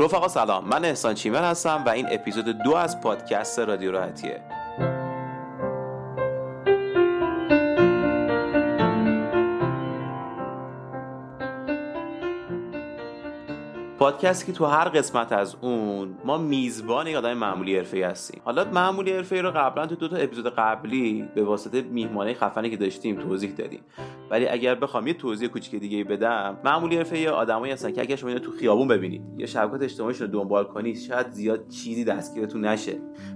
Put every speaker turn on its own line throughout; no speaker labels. رفقا سلام من احسان چیمن هستم و این اپیزود دو از پادکست رادیو راحتیه پادکستی که تو هر قسمت از اون ما میزبان یک آدم معمولی حرفه‌ای هستیم حالا معمولی حرفه‌ای رو قبلا تو دو تا اپیزود قبلی به واسطه میهمانه خفنی که داشتیم توضیح دادیم ولی اگر بخوام یه توضیح کوچیک دیگه بدم معمولی حرفه‌ای آدمایی هستن که اگر شما اینا تو خیابون ببینید یا شبکات اجتماعیشون رو دنبال کنید شاید زیاد چیزی دستگیرتون نشه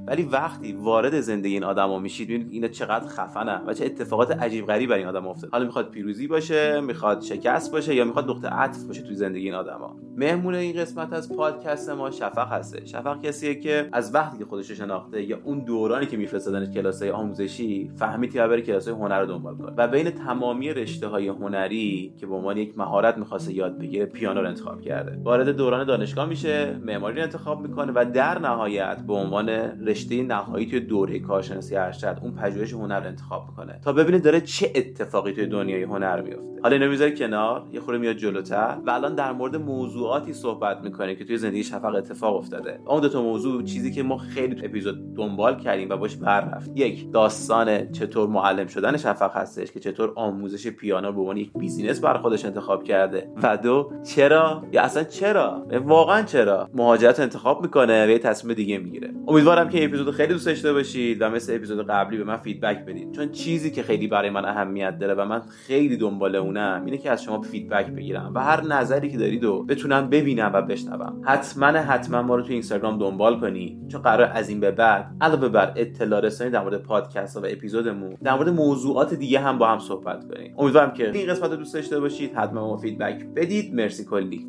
ولی وقتی وارد زندگی این آدما میشید ببینید اینا چقدر خفنه و چه اتفاقات عجیب غریبی برای این آدم افتاد حالا میخواد پیروزی باشه میخواد شکست باشه یا میخواد نقطه عطف باشه تو زندگی این آدما مهمون این قسمت از پادکست ما شفق هسته شفق کسیه که از وقتی که خودش رو شناخته یا اون دورانی که میفرستادنش کلاسای آموزشی فهمید که باید بره کلاسای هنر رو دنبال کنه و بین تمامی رشته های هنری که به عنوان یک مهارت میخواسته یاد بگیره پیانو رو انتخاب کرده وارد دوران دانشگاه میشه معماری رو انتخاب میکنه و در نهایت به عنوان رشته نهایی توی دوره کارشناسی ارشد اون پژوهش هنر رو انتخاب میکنه تا ببینه داره چه اتفاقی توی دنیای هنر میفته حالا اینو میذاره کنار یه خورده میاد جلوتر و الان در مورد موضوعاتی صحبت میکنه که توی زندگی شفق اتفاق افتاده اون دو تا موضوع چیزی که ما خیلی تو اپیزود دنبال کردیم و باش بر رفت یک داستان چطور معلم شدن شفق هستش که چطور آموزش پیانو به عنوان یک بیزینس بر خودش انتخاب کرده و دو چرا یا اصلا چرا واقعا چرا مهاجرت رو انتخاب میکنه و یه تصمیم دیگه میگیره امیدوارم که اپیزود خیلی دوست داشته باشید و مثل اپیزود قبلی به من فیدبک بدید چون چیزی که خیلی برای من اهمیت داره و من خیلی دنبال اونم اینه که از شما فیدبک بگیرم و هر نظری که دارید و بتونم ببینم و بشنوم حتما حتما ما رو تو اینستاگرام دنبال کنید چون قرار از این به بعد علاوه بر اطلاع رسانی در مورد پادکست ها و اپیزودمون در مورد موضوعات دیگه هم با هم صحبت کنیم امیدوارم که این قسمت رو دوست داشته باشید حتما ما فیدبک بدید مرسی کلی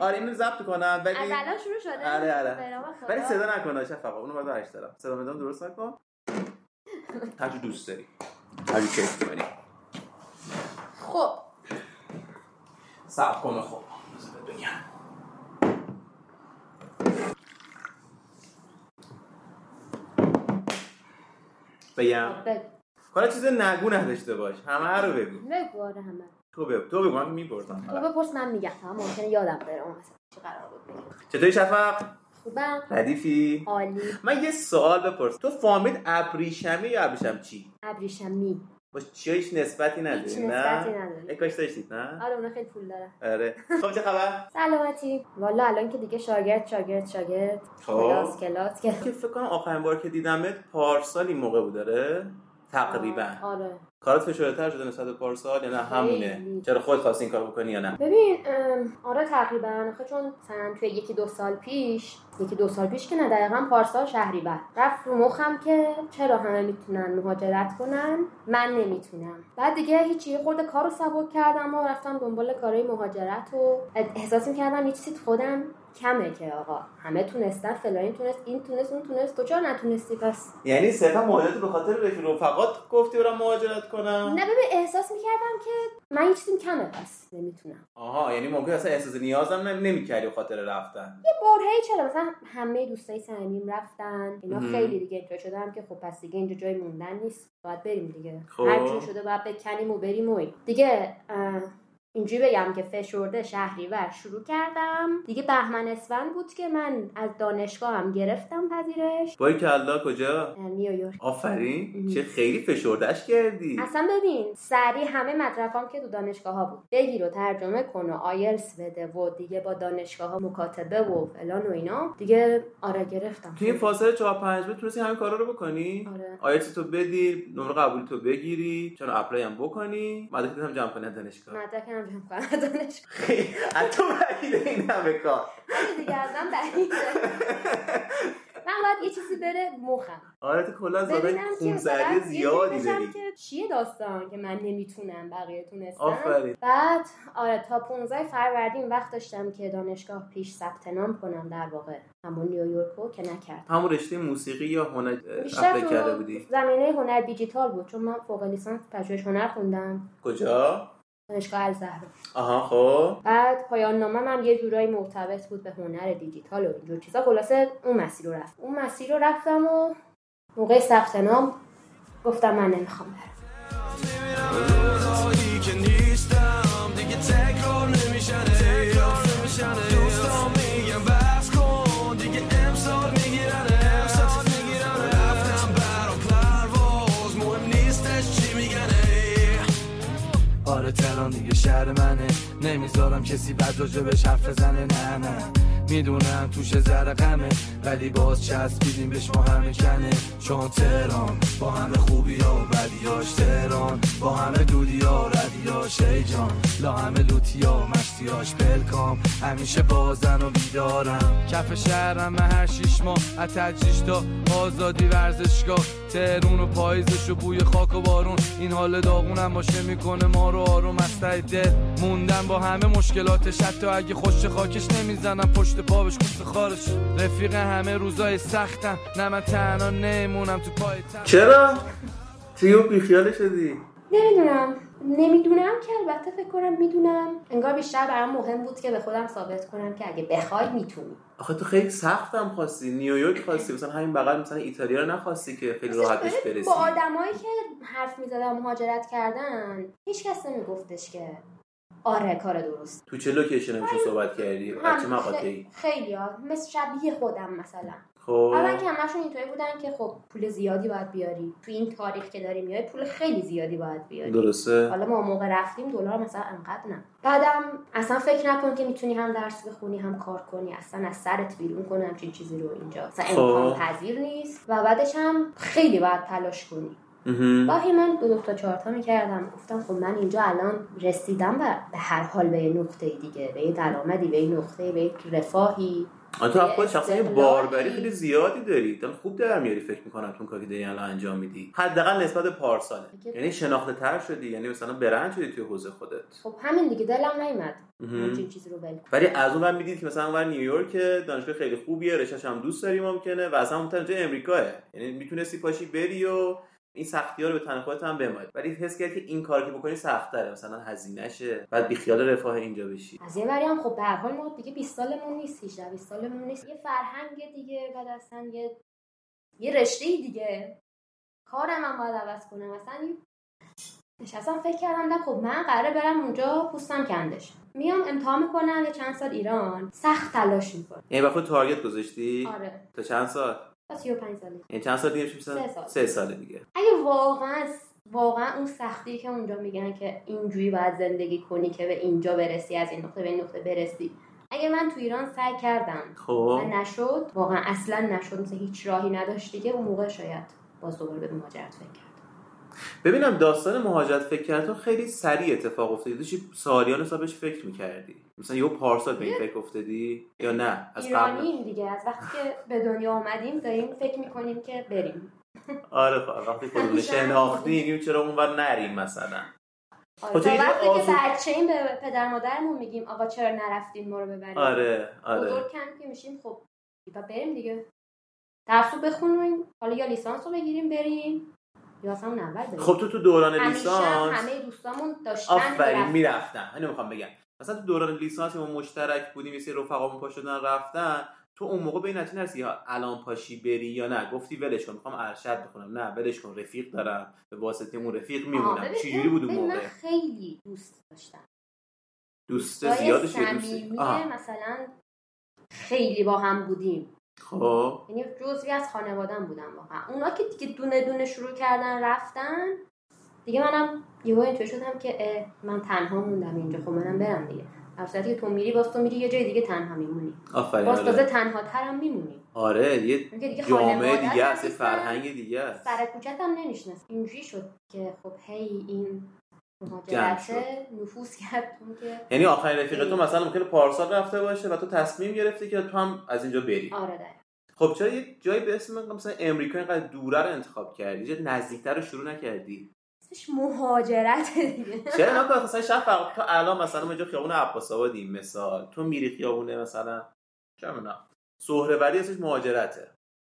آره اینو ضبط کنم
از
ولی
الان شروع شده
آره، آره.
به نام خدا.
ولی صدا نکن شفقا اونو باید برش دارم صدا میدم درست نکن هر جو دوست داری هر جو کیف داری
خب
صبر کن خب بذار بهت بگم بگم
بگو
حالا چیز نگو نداشته باش همه رو بگو
بگو آره همه
تو بگو تو بگو من میپرسم
تو بپرس من میگم فقط ممکنه یادم بره اون اصلا چه قرار بود بگم
چطوری شفق
خوبم
ردیفی
عالی
من یه سوال بپرس تو فامیل ابریشمی یا ابریشم چی
ابریشمی
با چی هیچ نسبتی
هیچ
نداری
نسبتی
نه
نداره
ای کاش داشتید نه
آره اونا خیلی پول داره
آره خب چه خبر
سلامتی والا الان که دیگه شاگرد شاگرد شاگرد
خب.
کلاس کلاس کلاس
که فکر کنم آخرین بار که دیدمت پارسال این موقع بود داره تقریبا
آره
کارات فشرده‌تر شده نسبت به پارسال یا نه همونه
خیلی.
چرا خودت خواستی این کار بکنی یا نه
ببین ام، آره تقریبا آخه چون مثلا توی یکی دو سال پیش یکی دو سال پیش که نه دقیقا پارسال شهری بعد رفت رو مخم که چرا همه میتونن مهاجرت کنن من نمیتونم بعد دیگه هیچی یه خورده کار رو سبک کردم و رفتم دنبال کارهای مهاجرت و احساس میکردم یه چیزی تو خودم کمه که آقا همه تونستن فلانی تونست این تونست اون تونست تو چرا نتونستی پس
یعنی صرفا مهاجرت به خاطر رفیق رفقات گفتی برم مهاجرت کنم
نه ببین احساس میکردم که من یه چیزیم کمه پس نمیتونم
آها یعنی ممکن اصلا احساس نیازم نمیکردی به خاطر رفتن
برهی چرا مثلا همه دوستای صمیم رفتن اینا
مهم.
خیلی دیگه اینطور شده هم که خب پس دیگه اینجا جای موندن نیست باید بریم دیگه
خب.
هر جور شده باید بکنیم و بریم و این. دیگه اه، اینجوری بگم که فشرده شهریور شروع کردم دیگه بهمن اسفند بود که من از دانشگاه هم گرفتم پذیرش
بایی که الله کجا
اه، نیویورک
آفرین
مم.
چه خیلی فشردش کردی
اصلا ببین سریع همه مدرکام که تو دانشگاه ها بود بگیر و ترجمه کن و آیلس بده و دیگه با دانشگاه ها مکاتبه و فلان و اینا دیگه آره گرفتم
تو این فاصله 4 5 ماه تونستی همین کارا رو بکنی
آره
آیلتس تو بدی نمره قبولی تو بگیری چون اپلای هم بکنی مدرکت هم جمع کنی از دانشگاه
مدرک هم جمع کنم دانشگاه
خیلی از تو بعیده این همه کار
دیگه از من بعیده من باید یه چیزی بره مخم
آره تو کلا زدن
ببینم که
خونسردی
مثلا یه جوری
زیادی
بشم
داری
که چیه داستان که من نمیتونم بقیه تونستم
آفرین
بعد آره تا 15 فروردین وقت داشتم که دانشگاه پیش ثبت نام کنم در واقع همون نیویورکو که نکردم
همون رشته موسیقی یا هنر
بیشتر
اپلای
تو
کرده بودی
زمینه هنر دیجیتال بود چون من فوق لیسانس پژوهش هنر خوندم
کجا
دانشگاه الزهرا
آها خب
بعد پایان نامه من یه جورایی مرتبط بود به هنر دیجیتال و اینجور چیزا خلاصه اون مسیر رو رفتم اون مسیر رو رفتم و موقع ثبت نام گفتم من نمیخوام برم
روزایی که نیستم دیگه تکرار نمیشن تکرار نمیشن دوستان میگم بس کن دیگه امسال میگیرن امسال میگیرن رفتم برا پرواز مهم نیستش چی میگن ای. آره تهران دیگه شهر منه نمیذارم کسی بد راجبش حرف بزنه نه نه میدونم توش زر غمه ولی باز چسبیدیم بهش ما همه کنه چون تهران با همه خوبی ها و بدیاش تهران با همه دودی ها و ردیاش ای جان لا همه لوتی ها و مشتیاش بلکام همیشه بازن و بیدارم کف شهرم من هر شیش ماه از تجریش تا آزادی ورزشگاه تهرون و پاییزش و بوی خاک و بارون این حال داغونم باشه میکنه ما رو آروم از ته دل موندم با همه مشکلاتش حتی اگه خوش خاکش نمیزنم پشت پابش کوفت خارش رفیق همه روزای سختم نه من تنها نمونم تو پای تن
چرا تیو بیخیال شدی
نمیدونم نمیدونم که البته فکر کنم میدونم انگار بیشتر برام مهم بود که به خودم ثابت کنم که اگه بخوای میتونی
آخه تو خیلی سختم خواستی نیویورک خواستی مثلا همین بغل مثلا ایتالیا رو نخواستی که خیلی راحت بهش برسی
با آدمایی که حرف میزدم مهاجرت کردن هیچکس نمیگفتش که آره کار درست
تو چه لوکیشن میشه صحبت کردی
هم
بچه مقاطعی
خیلی ها مثل شبیه خودم مثلا
خب
اول که همشون اینطوری بودن که خب پول زیادی باید بیاری تو این تاریخ که داری میای پول خیلی زیادی باید بیاری
درسته
حالا ما اون موقع رفتیم دلار مثلا انقدر نه بعدم اصلا فکر نکن که میتونی هم درس بخونی هم کار کنی اصلا از سرت بیرون کنم همچین چیزی رو اینجا اصلا
خب.
امکان پذیر نیست و بعدش هم خیلی باید تلاش کنی
مهم.
گاهی من دو دو تا چهار تا میکردم گفتم خب من اینجا الان رسیدم و به هر حال به یه نقطه دیگه به یه درآمدی به یه نقطه به یه رفاهی
آه، تو خود شخصا یه
استقلالی.
باربری خیلی زیادی داری دل خوب در میاری فکر میکنم تو اون کاری که داری الان انجام میدی حداقل نسبت به پارساله
دیگه-
یعنی شناخته تر شدی یعنی مثلا برند شدی توی حوزه خودت
خب همین دیگه دلم نیومد
مهم.
همچین چیزی رو ول کنم.
ولی از اون ور میدید که مثلا اونور نیویورک دانشگاه خیلی خوبیه رشته‌ش هم دوست داری ممکنه و اصلا اونتر اینجا امریکاه یعنی میتونستی پاشی بری و این سختی ها رو به تن خودت هم بماری ولی حس کردی که این کار که بکنی سخت‌تره مثلا هزینهشه بعد بیخیال رفاه اینجا بشی
از یه وری هم خب به هر حال ما دیگه 20 سالمون نیست 18 20 سالمون نیست یه فرهنگ دیگه بعد اصلا یه یه رشته دیگه کارم هم باید عوض کنم اصلا این- نشستم فکر کردم نه خب من قراره برم اونجا پوستم کندش میام امتحان میکنم یه چند سال ایران سخت تلاش میکنم
یعنی با خود تارگت گذاشتی
آره
تا چند سال
تا 35 ساله
یعنی چند سال دیگه میشه مثلا
سه سال.
سه سال دیگه
اگه واقعا واقعا اون سختی که اونجا میگن که اینجوری باید زندگی کنی که به اینجا برسی از این نقطه به این نقطه برسی اگه من تو ایران سعی کردم و
خب
نشد واقعا اصلا نشد مثل هیچ راهی نداشت دیگه اون موقع شاید باز دوباره به مهاجرت فکر کرد
ببینم داستان مهاجرت فکر کردن سریع خیلی اتفاق افتادی داشتی سالیان حسابش فکر میکردی مثلا یهو پارسال به این فکر افتادی یا نه از قبل
ایرانیم دیگه از وقتی که به دنیا آمدیم داریم فکر میکنیم که بریم
آره خب وقتی خودمون
همیشه هم
شناختی
خودمون.
میگیم چرا اونور نریم مثلا
آره
خب
تا
چه جوری
وقتی
آزو-
که بچه این به پدر مادرمون میگیم آقا چرا نرفتین ما رو ببریم
آره آره
بزرگ کم که میشیم خب و بریم دیگه درس رو بخونیم حالا یا لیسانس رو بگیریم بریم یا اصلا اون اول بریم
خب تو تو دوران
همیشه هم
لیسانس
همه دوستامون داشتن
آفرین
می‌رفتن.
میرفتم اینو میخوام بگم مثلا تو دوران لیسانس که ما مشترک بودیم یه سری رفقامون پا شدن رفتن تو اون موقع به این نتیجه نرسی یا الان پاشی بری یا نه گفتی ولش کن میخوام ارشد بخونم نه ولش کن رفیق دارم به واسطه اون رفیق
آه،
میمونم
ببین،
چجوری بود اون
ببین،
موقع
من خیلی دوست داشتم
دوست
جای
زیادش یا دوستی
صمیمی
آها.
مثلا خیلی با هم بودیم
خب
یعنی جزوی از خانوادم بودم واقعا اونا که دیگه دونه دونه شروع کردن رفتن دیگه منم یهو اینطور شدم که اه، من تنها موندم اینجا خب منم برم دیگه در صورتی که تو میری باز تو میری یه جای دیگه تنها میمونی
آفرین
باز تازه
آره.
تنها ترم میمونی
آره یه
اون که دیگه
جامعه
خانواده
دیگه است یه
نیستن،
فرهنگ دیگه است
سر کوچت هم نمیشنست اینجوری شد که خب هی این
جمع
مهاجرت
شد.
نفوذ کرد اون که
یعنی آخرین رفیق تو مثلا ممکنه پارسال رفته باشه و تو تصمیم گرفتی که تو هم از اینجا بری
آره دقیقاً.
خب خب چرا یه جایی به اسم مثلا امریکا اینقدر دوره رو انتخاب کردی چرا نزدیکتر رو شروع نکردی
اسمش مهاجرت دیگه
چرا نه مثلا شب فرق تو الان مثلا ما اینجا خیابون عباس آبادی مثال تو میری خیابونه مثلا چرا نه سهروردی اسمش مهاجرته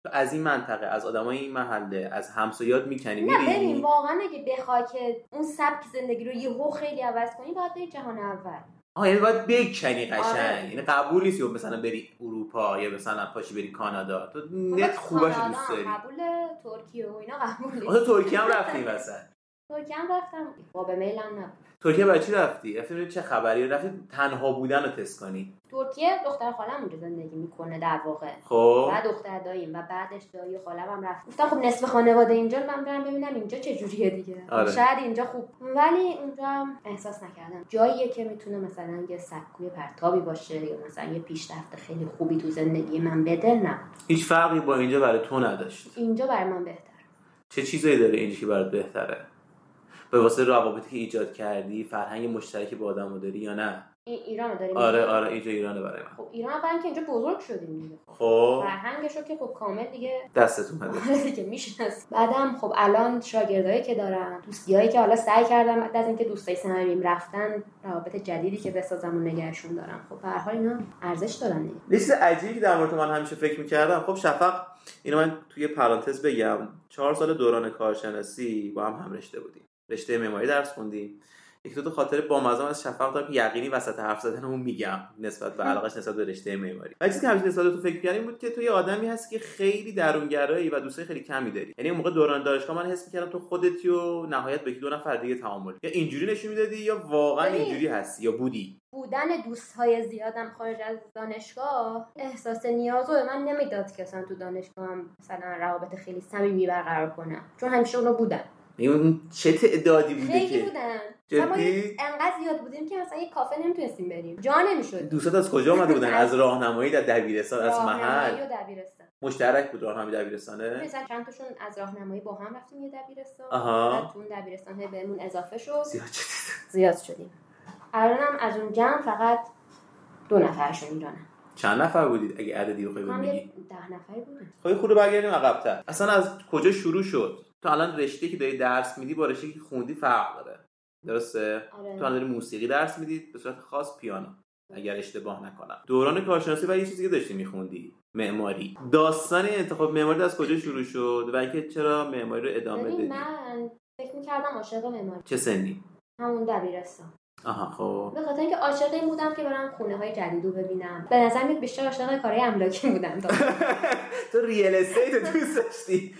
تو از این منطقه از آدمای این محله از همسایات میکنی
نه ببین
میری
واقعا اگه بخوای که اون سبک زندگی رو یهو خیلی عوض کنی باید بری جهان اول
آه یعنی باید بکنی قشنگ
آره.
یعنی قبول نیست که مثلا بری اروپا یا مثلا پاشی بری کانادا تو
حالا
نت خوبش رو دوست
خب، کانادا هم
داری
قبول ترکیه و اینا قبوله
آخه ترکیه هم رفتی این وسط
ترکیه هم رفتم با به میلم نبود
ترکیه برای چی رفتی رفتی ببینی چه خبری رفتی تنها بودن رو تست کنی
ترکیه دختر خالم اونجا زندگی میکنه در واقع
خب
و دختر داییم و بعدش دایی خالم هم رفت گفتم خب نصف خانواده اینجا من برم ببینم اینجا چه جوریه دیگه
آره.
شاید اینجا خوب ولی اونجا هم احساس نکردم جاییه که میتونه مثلا یه سکوی پرتابی باشه یا مثلا یه پیشرفت خیلی خوبی تو زندگی من بده نه
هیچ فرقی با اینجا برای تو نداشت
اینجا برای من بهتر
چه چیزایی داره اینجا که برات بهتره به واسه روابطی که ایجاد کردی فرهنگ مشترک با آدمو داری یا نه
این ایران رو داریم
آره آره اینجا ایرانه برای من
خب ایران برای اینکه اینجا بزرگ شدیم دیگه
خب
فرهنگش رو که خب کامل دیگه
دستت اومده
آره که میشناس بعدم خب الان شاگردایی که دارم دوستیایی که حالا سعی کردم بعد از اینکه دوستای صمیمیم رفتن روابط جدیدی که بسازم و نگهشون دارم خب به هر حال اینا ارزش دارن دیگه
یه چیز عجیبی که در مورد تو من همیشه فکر میکردم خب شفق اینو من توی پرانتز بگم چهار سال دوران کارشناسی با هم هم رشته بودیم رشته معماری درس خوندیم یک دو تا خاطره با مزم از شفق دارم که یقینی وسط حرف زدنمون میگم نسبت به علاقش نسبت به رشته معماری و چیزی که همیشه نسبت به تو فکر کردیم بود که تو یه آدمی هست که خیلی درونگرایی و دوستای خیلی کمی داری یعنی اون موقع دوران دانشگاه من حس میکردم تو خودتی و نهایت به یکی دو نفر دیگه تعامل یا اینجوری نشون میدادی یا واقعا
ببین.
اینجوری هستی یا بودی
بودن دوستهای زیادم خارج از دانشگاه احساس نیاز رو به من نمیداد که اصلا تو دانشگاه هم مثلا روابط خیلی صمیمی برقرار کنم چون همیشه اونو بودن
یعنی اون چه تعدادی بوده
خیلی
که
بودن
جدی؟
مثلا ما انقدر زیاد بودیم که مثلا یه کافه نمیتونستیم بریم جا نمیشد
دوستات از کجا آمده بودن از راهنمایی در دبیرستان از محل
و دبیرستان
مشترک بود راهنمایی دبیرستانه
مثلا چند تاشون از راهنمایی با هم رفتیم یه دبیرستان
آها.
بعد تو اون دبیرستان هی بهمون اضافه شد
زیاد شد.
زیاد شدیم الانم از اون جمع فقط دو نفرشون ایرانن
چند نفر بودید اگه عددی رو
ما
بگید
هم یه
میگی
ده نفری بودیم
خب یه خورده برگردیم عقب‌تر اصلا از کجا شروع شد تو الان رشته که داری درس میدی با رشته که خوندی فرق داره درسته تو الان
آره
داری موسیقی درس میدی به صورت خاص پیانو اگر اشتباه نکنم دوران کارشناسی و یه چیزی که داشتی میخوندی معماری داستان انتخاب معماری از کجا شروع شد و اینکه چرا معماری رو ادامه
ببین
دادی
من فکر میکردم عاشق معماری
چه سنی
همون دبیرستان
آها خب
به خاطر اینکه عاشق این بودم که برم خونه های جدید رو ببینم به نظر میاد بیشتر عاشق کارهای املاکی بودم تا
تو ریل استیت رو دوست داشتی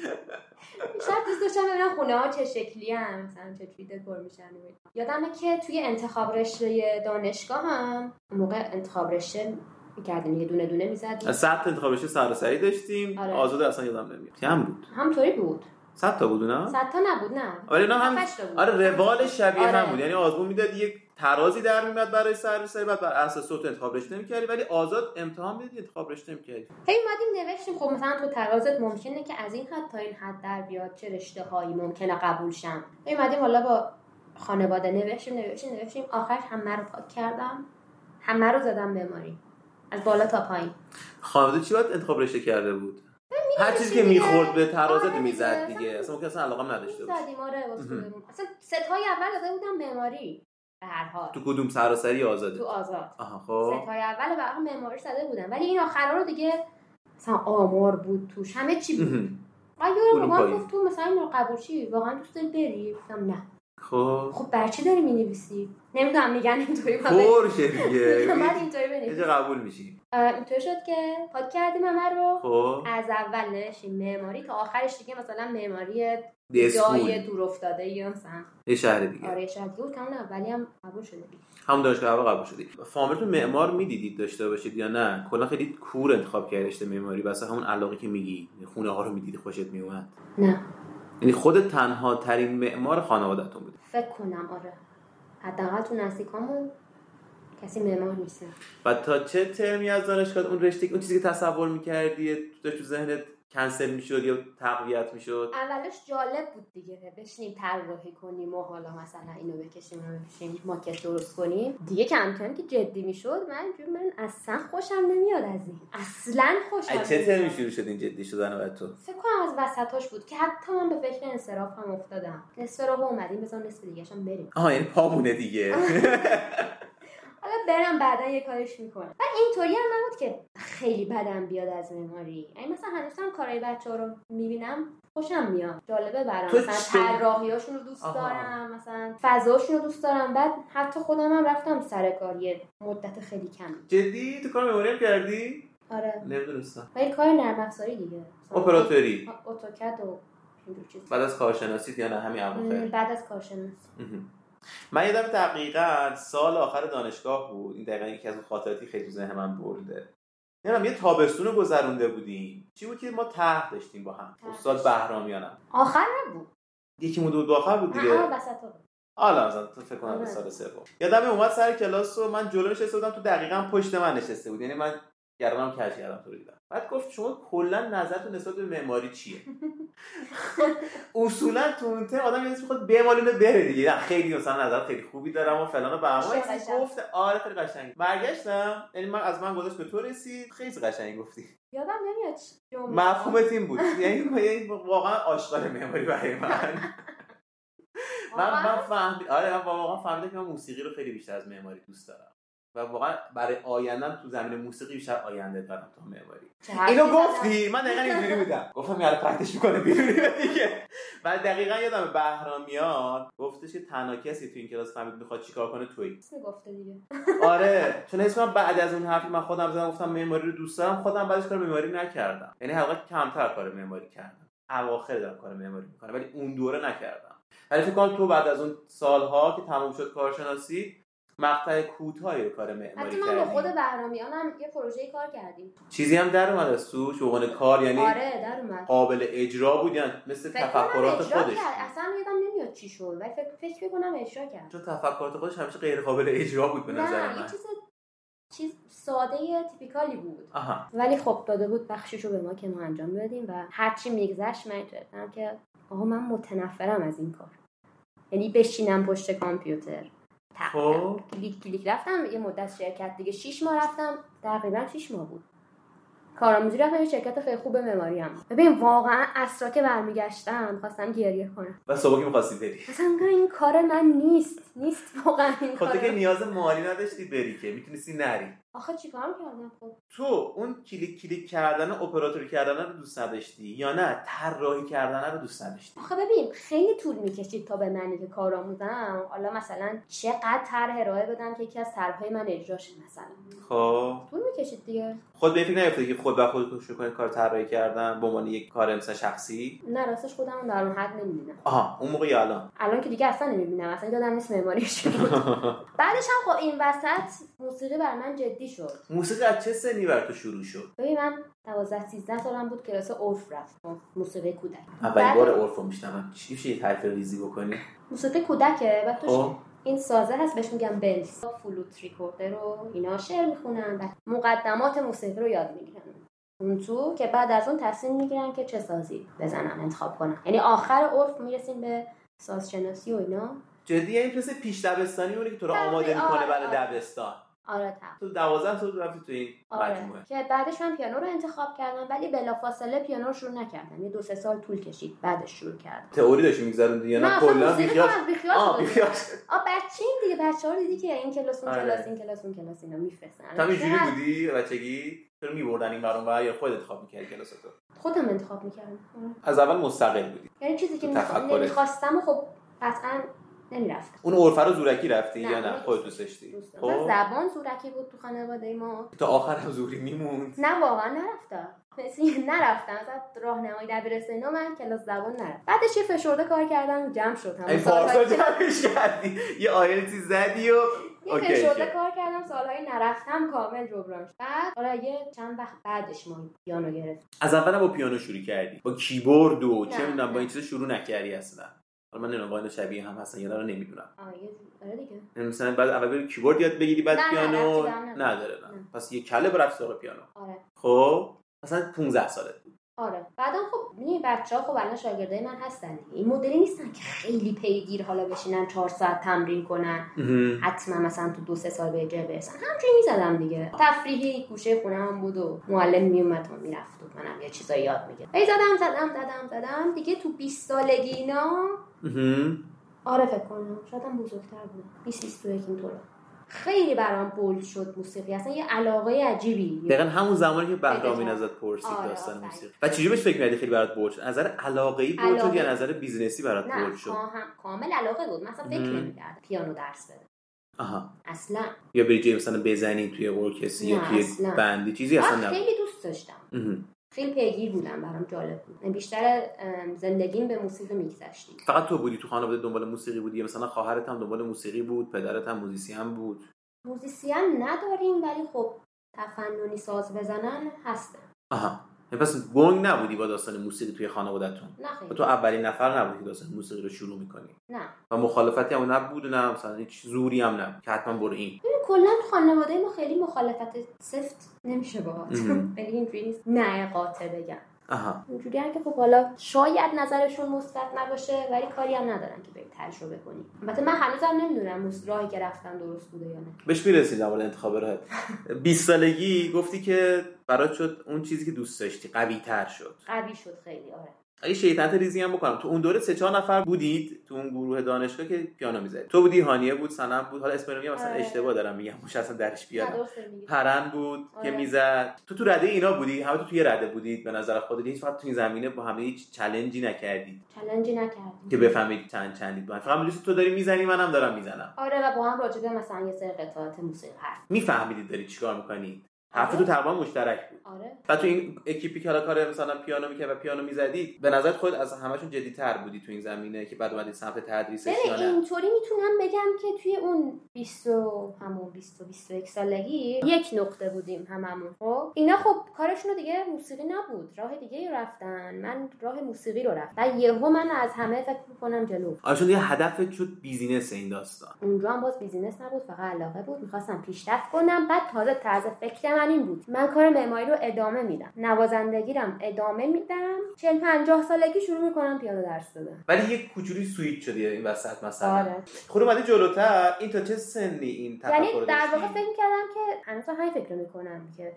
شاید دوست داشتم ببینم خونه ها چه شکلی هم مثلا چجوری دکور میشن و اینا. یادمه که توی انتخاب رشته دانشگاه هم اون موقع انتخاب رشته میکردیم یه دونه دونه میزدیم
از ثبت انتخابش سراسری داشتیم
آره.
آزاد اصلا یادم نمیاد کم بود
همطوری بود
صد تا بود اونا
صد تا نبود نه
آره اینا هم
هفتش تا بود.
آره روال شبیه
آره.
هم بود یعنی آزمون میداد یک ترازی در میمد برای سراسری بعد بر اساس صوت انتخاب رشته میکردی ولی آزاد امتحان میدادی انتخاب رشته میکردی
هی اومدیم نوشتیم خب مثلا تو ترازت ممکنه که از این حد تا این حد در بیاد چه رشته هایی ممکنه قبول شم هی اومدیم حالا با خانواده نوشتیم نوشتیم نوشتیم آخرش همه رو پاک کردم همه رو زدم بماری از بالا تا پایین
خانواده چی باید انتخاب رشته کرده بود هر چیزی که
دیگه.
میخورد به ترازت
آره
میزد
دیگه.
دیگه اصلا ممکن اصلا علاقه نداشته باشه
میزدیم آره واسه خودمون. اصلا ستای اول داده بودم معماری به هر حال
تو کدوم سراسری آزاده
تو آزاد
آها خب
ستای اول به هر حال معماری زده بودم ولی این آخرا رو دیگه مثلا آمار بود توش همه چی بود
مهم.
من یارو به
علوم
من
پایین.
گفت تو مثلا این رو قبول چی واقعا دوست داری بری گفتم نه
خب
خب بر چی داری مینویسی نمیدونم میگن اینطوری باید بنویسی.
پرشه دیگه
خب. من اینطوری
خب، یه جا
بنویسم
قبول میشی
اه، اینطوری شد که پاک کردیم همه رو
خب
از اول نوشتیم معماری تا آخرش دیگه مثلا معماری جای
دیسکول
دور افتاده یا مثلا
یه شهر دیگه
آره شاید بود که اون اولی هم قبول شده
هم دانشگاه اول قبول شدی فامیلتون معمار میدیدید داشته باشید یا نه کلا خیلی کور انتخاب کردی رشته معماری واسه همون علاقه که میگی خونه ها رو میدیدی خوشت میومد
نه
یعنی خودت تنها ترین معمار خانوادهتون بودی
فکر کنم آره حداقل تو نزدیکامون کسی معمار نیست
و تا چه ترمی از دانشگاه اون رشته اون چیزی که تصور میکردی تو داشت تو ذهنت کنسل میشد یا تقویت میشد
اولش جالب بود دیگه بشینیم طراحی کنیم و حالا مثلا اینو بکشیم اینو بکشیم ماکت درست کنیم دیگه کم کم که جدی میشد من اینجور من اصلا خوشم نمیاد از این اصلا خوشم
از چه ترمی
نمیاد.
شروع شد این جدی شدن برای تو
فکر کنم از وسطاش بود که حتی من به فکر انصراف هم افتادم نصف راه اومدیم بذار نصف دیگه بریم
آها یعنی پامونه دیگه
حالا برم بعدا یه کارش میکنم بعد اینطوری هم نبود که خیلی بدم بیاد از معماری یعنی مثلا هنوز هم کارهای بچه ها رو میبینم خوشم میاد جالبه برام
تو
مثلا
چه-
طراحی‌هاشون رو دوست
آها.
دارم مثلا فضاشون رو دوست دارم بعد حتی خودم هم رفتم سر کار یه مدت خیلی کمی
جدی تو کار مموریال کردی
آره
نمیدونستم
ولی کار نرم افزاری دیگه مثلا
اپراتوری
آ- اتوکد و اینجور چیز
بعد از کارشناسیت یا نه همین اواخر
بعد از کارشناسی
مهم. من یادم دقیقا سال آخر دانشگاه بود این دقیقا یکی از اون خاطراتی خیلی تو ذهن من برده نمیدونم یه تابستون رو گذرونده بودیم چی بود که ما طرح داشتیم با هم
طرح
استاد
داشتیم.
بهرامیانم
آخر نبود
یکی مون بود آخر بود دیگه
نه وسط
حالا مثلا تو فکر کنم به
آره.
سال سوم یادم اومد سر کلاس و من جلو نشسته بودم تو دقیقا پشت من نشسته بود یعنی من گردنم کج کردم تو رو دیدم بعد گفت شما کلا نظرتون نسبت به معماری چیه اصولا تو اون تم آدم یادش میخواد بمالونه بره دیگه نه خیلی مثلا نظر خیلی خوبی دارم و فلان و
خیلی
بهمان
قشنگ.
گفت آره خیلی قشنگ برگشتم یعنی من از من گذاشت به تو رسید خیلی قشنگ گفتی
یادم نمیاد چی جمله.
مفهومت این بود یعنی یعنی واقعا آشغال معماری برای من من
واقعا
من فهمی... آره من واقعا فهمیدم که من موسیقی رو خیلی بیشتر از معماری دوست دارم و واقعا برای آیندم تو زمین موسیقی بیشتر آینده دارم تا معماری
چه حرفی
اینو
زدم.
گفتی من دقیقا اینجوری بودم گفتم یالا پرتش میکنه بیرون اینو دیگه و دقیقا یادم بهرامیان گفتش که تنها کسی تو این کلاس فهمید میخواد چیکار کنه توی
اسم گفته دیگه
آره چون اسم من بعد از اون حرفی من خودم زدم گفتم معماری رو دوست دارم خودم بعدش کار معماری نکردم یعنی حقیقت کمتر کار معماری کردم اواخر دارم کار معماری میکنم ولی اون دوره نکردم ولی فکر کنم تو بعد از اون سالها که تموم شد کارشناسی مقطع کوتاهی رو کار معماری
حتی من با خود
کردی
بهرامیانم یه پروژه کار کردیم
چیزی هم در اومد از تو شغل کار یعنی
آره در اومد
قابل اجرا بود یعنی مثل
فکر کنم
تفکرات
اجرا
خودش
کرد
بود.
اصلا یادم نمیاد چی شد ولی فکر فکر میکنم اجرا کرد
چون تفکرات خودش همیشه غیر قابل اجرا بود به نظر
نه
من
یه چیز چیز ساده تیپیکالی بود
آها
ولی خب داده بود بخشش رو به ما که ما انجام بدیم و هرچی میگذشت من اینطور دیدم که آقا من متنفرم از این کار یعنی بشینم پشت کامپیوتر تق-
خب.
تق- کلیک کلیک رفتم یه مدت شرکت دیگه 6 ماه رفتم تقریبا 6 ماه بود کارآموزی رفتم یه شرکت خیلی خوب معماری هم ببین واقعا اسرا که برمیگشتم خواستم گریه کنم
و صبح که می‌خواستی بری
مثلا میگم این کار من نیست نیست واقعا این
خب تو که
کار
نیاز مالی نداشتی بری که میتونستی نری
آخه چیکار کردم خب
تو اون کلیک کلیک کردن و اپراتور کردن رو دوست نداشتی یا نه طراحی کردن رو دوست نداشتی
آخه ببین خیلی طول میکشید تا به منی که کارآموزم حالا مثلا چقدر طرح ارائه بدم که یکی از طرحهای من اجرا شه مثلا
خب
طول میکشید دیگه
خود به این فکر نیفتادی که خود به خود شروع کنی کار طراحی کردن به عنوان یک کار مثلا شخصی
نه راستش خودم رو در اون حد نمیبینم
آها اون موقع یا الان
الان که دیگه اصلا نمیبینم اصلا یادم نیست معماری چی بود بعدش هم خب این وسط موسیقی بر من جدی شد
موسیقی از چه سنی بر تو شروع شد
ببین من 12 13 سالم بود کلاس عرف رفتم موسیقی کودک
اولین
بعد-
بار عرف رو میشنوم چی میشه یه تعریف ریزی بکنی
موسیقی کودکه و توش
خب
این سازه هست بهش میگم بلز فلوت ریکوردر رو اینا شعر میخونن و مقدمات موسیقی رو یاد میگیرن اون تو که بعد از اون تصمیم میگیرن که چه سازی بزنن انتخاب کنن یعنی آخر عرف میرسیم به سازشناسی و اینا
جدی یعنی مثل پیش دبستانی اونی که تو رو آماده
تقریبا،
میکنه
آره،
برای
آره.
دبستان
آره تق
تو دوازده سال رفتی تو این
آره
مجموعه
که بعدش من پیانو رو انتخاب کردم ولی بلافاصله پیانو رو شروع نکردم یه دو سه سال طول کشید بعدش شروع کردم
تئوری داشتی میگذروندی یا نه
نه اصلا
کلا
موسیقی
یعنی بیخیال
کنم
آه
بیخیال شدم.
بیخیال
آ بچه این دیگه بچه ها رو دیدی که این کلاس اون
آره.
کلاس این کلاس اون کلاس اینا میفرستن
تو هم اینجوری بودی بچگی تو رو میبردن این برون بر یا خودت انتخاب میکردی کلاساتو
خودم انتخاب میکردم
از اول مستقل بودی
یعنی چیزی که
تفکرت.
میخوا- نمیخواستم و خب قطعا نمیرفتم
اون عرفه رو زورکی رفتی یا نه
اونو
خودت دوست داشتی
دوست داشتم.
خب
زبان صورتی بود تو خانواده ما
تا آخر هم زوری میموند
نه واقعا نرفتم مثل یه نرفتم مثلا راهنمایی دبیرستان اینا من کلاس زبان نرفتم بعدش یه فشرده کار کردم جمع شد همون
این پارسا
سالهایی که-
جمعش کردی یه آیلتی زدی و
یه
اوکی،
فشرده
اوکی.
کار کردم سالهای نرفتم کامل جبران شد بعد آره یه چند وقت بعدش ما پیانو گرفتیم
از اول با پیانو شروع کردی با کیبورد و
نه،
چه میدونم با
نه.
این چیزا شروع نکردی اصلا حالا من نمیدونم قاعده شبیه هم هستن یا نه رو نمیدونم
آره یه جور- آره دیگه
یعنی مثلا بعد اول بری کیبورد یاد بگیری بعد
نه، نه،
پیانو
ربطی به هم نداره.
نداره نه
نه.
پس یه کله برفت سراغ پیانو
آره
خب مثلا 15 سالت بود
آره بعدا خب می بچه ها خب الان شاگردای من هستن دیگه. این مدلی نیستن که خیلی پیگیر حالا بشینن چهار ساعت تمرین کنن حتما مثلا تو دو سه سال به جای برسن همجوری میزدم دیگه تفریحی گوشه خونه هم بود و معلم میومد و میرفت و منم یه چیزایی یاد میگه هی زدم زدم زدم زدم دیگه تو 20 سالگی اینا آره فکر کنم شاید هم بزرگتر بودم 20 21 اینطورا خیلی برام بولد شد موسیقی اصلا یه علاقه عجیبی
دقیقا همون زمانی که بهرامی
دقیقاً.
ازت پرسید
آره،
داستان
آفرین.
موسیقی و چجوری بهش فکر کردی خیلی برات برد شد از نظر علاقه‌ای برد شد
علاقه.
یا نظر بیزینسی برات
نه خب.
برد شد
کام- کامل علاقه بود مثلا فکر
مم.
نمی‌کردم پیانو درس بده
آها
اصلا
یا بری جایی مثلا بزنی توی ارکستر یا
نه،
توی
اصلا.
بندی چیزی
من
اصلا نبود
خیلی دوست داشتم
مهم.
خیلی پیگیر بودم برام جالب بود بیشتر ام، زندگیم به موسیقی میگذشتی
فقط تو بودی تو خانواده دنبال موسیقی بودی یا مثلا خواهرت هم دنبال موسیقی بود پدرت هم موزیسین بود
موزیسین نداریم ولی خب تفننی ساز بزنن هستن
آها یعنی پس گنگ نبودی با داستان موسیقی توی خانوادهتون
نه
و
خیلی
تو اولین نفر نبودی که داستان موسیقی رو شروع میکنی
نه
و مخالفتی هم نبود و نه مثلا هیچ زوری هم نبود که حتما برو این
ببین کلا تو خانواده ما خیلی مخالفت سفت نمیشه باهات
مهم.
ولی اینجوری نیست نه قاطع بگم
آها
اینجوری هم که خب حالا شاید نظرشون مثبت نباشه ولی کاری هم ندارن که بری تجربه کنی البته من هنوزم نمیدونم راهی که رفتم درست بوده یا نه
بهش میرسیم در مورد انتخاب راهت 20 سالگی گفتی که برات شد اون چیزی که دوست داشتی قوی تر شد
قوی شد خیلی آره
اگه شیطنت ریزی هم بکنم تو اون دوره سه چهار نفر بودید تو اون گروه دانشگاه که پیانو میزد تو بودی هانیه بود سنم بود حالا اسم رو میگم مثلا
آره.
اشتباه دارم میگم مش اصلا درش
نه
بیارم
درسته میگی
پرن بود
آره.
که میزد تو تو رده اینا بودی همه تو توی رده بودید به نظر خودت هیچ وقت تو این زمینه با همه هیچ چلنجی نکردید
چلنجی نکردیم
که بفهمید چند چندید بود فقط می‌دونستی تو داری میزنی منم دارم میزنم
آره و با هم راجع به مثلا یه سری قطعات موسیقی حرف
میفهمیدید داری چیکار میکنید حرف
آره.
تو تقریبا مشترک بود
آره
و تو این اکیپی که حالا کار مثلا پیانو میکرد و پیانو میزدید به نظر خود از همشون جدیتر بودی تو این زمینه که بعد اومدی سمت تدریسش یا
ببین
نه
اینطوری میتونم بگم که توی اون 20 و- همون 20 و 21 سالگی یک نقطه بودیم هممون خب اینا خب کارشون رو دیگه موسیقی نبود راه دیگه رفتن من راه موسیقی رو رفتم و یهو من از همه فکر میکنم جلو
آره چون دیگه هدفت شد بیزینس این داستان
اونجا هم باز بیزینس نبود فقط علاقه بود میخواستم پیشرفت کنم بعد تازه طرز فکر من این بود من کار معماری رو ادامه میدم نوازندگیرم ادامه میدم 40 50 سالگی شروع میکنم پیانو درس دادن
ولی یه کوچولی سویت شدی این وسط مثلا
آره
خود اومده جلوتر این تا چه سنی این تفکر
یعنی در
داشتی؟
واقع فکر کردم که هنوز همین فکر میکنم که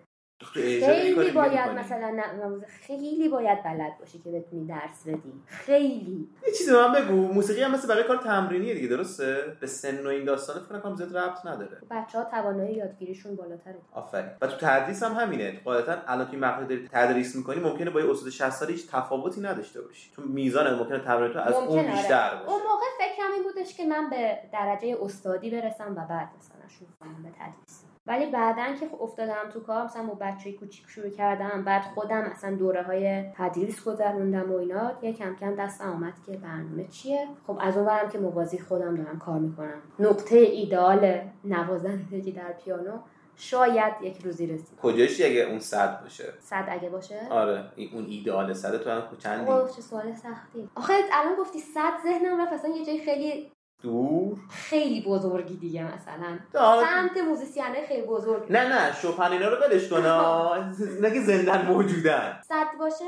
تو اجرا یه کاری
خیلی
دیگه
باید
می‌کنی.
مثلا نوازه خیلی باید بلد باشی که بتونی درس بدی خیلی
یه چیزی به من بگو موسیقی هم مثل برای کار تمرینیه دیگه درسته به سن و این داستان فکر کنم زیاد ربط نداره
بچه ها توانایی یادگیریشون بالاتره
آفرین و تو تدریس هم همینه قاعدتا الان توی مقطعی داری تدریس میکنی ممکنه با یه استاد 60 ساله هیچ تفاوتی نداشته باشی چون میزان ممکنه تمرین تو از اون
ممکنه، آره.
بیشتر
اون
باشه
موقع فکرم این بودش که من به درجه استادی برسم و بعد مثلا شروع کنم به تدریس ولی بعدا که خب افتادم تو کار مثلا با بچه کوچیک شروع کردم بعد خودم اصلا دوره های تدریس گذروندم و اینا یه کم کم دستم آمد که برنامه چیه خب از اونورم که موازی خودم دارم کار میکنم نقطه ایدال نوازندگی در پیانو شاید یک روزی رسید
کجاشی اگه اون صد باشه
صد اگه باشه
آره این- اون ایدئال صد تو الان چندی
اوه چه سوال سختی آخه الان گفتی صد ذهنم رفت اصلا یه جای خیلی
دور
خیلی بزرگی دیگه مثلا
تا-
سمت موزیسین خیلی بزرگ
نه نه شوپن اینا رو ولش کن ها. اینا که زندن موجودن
صد باشه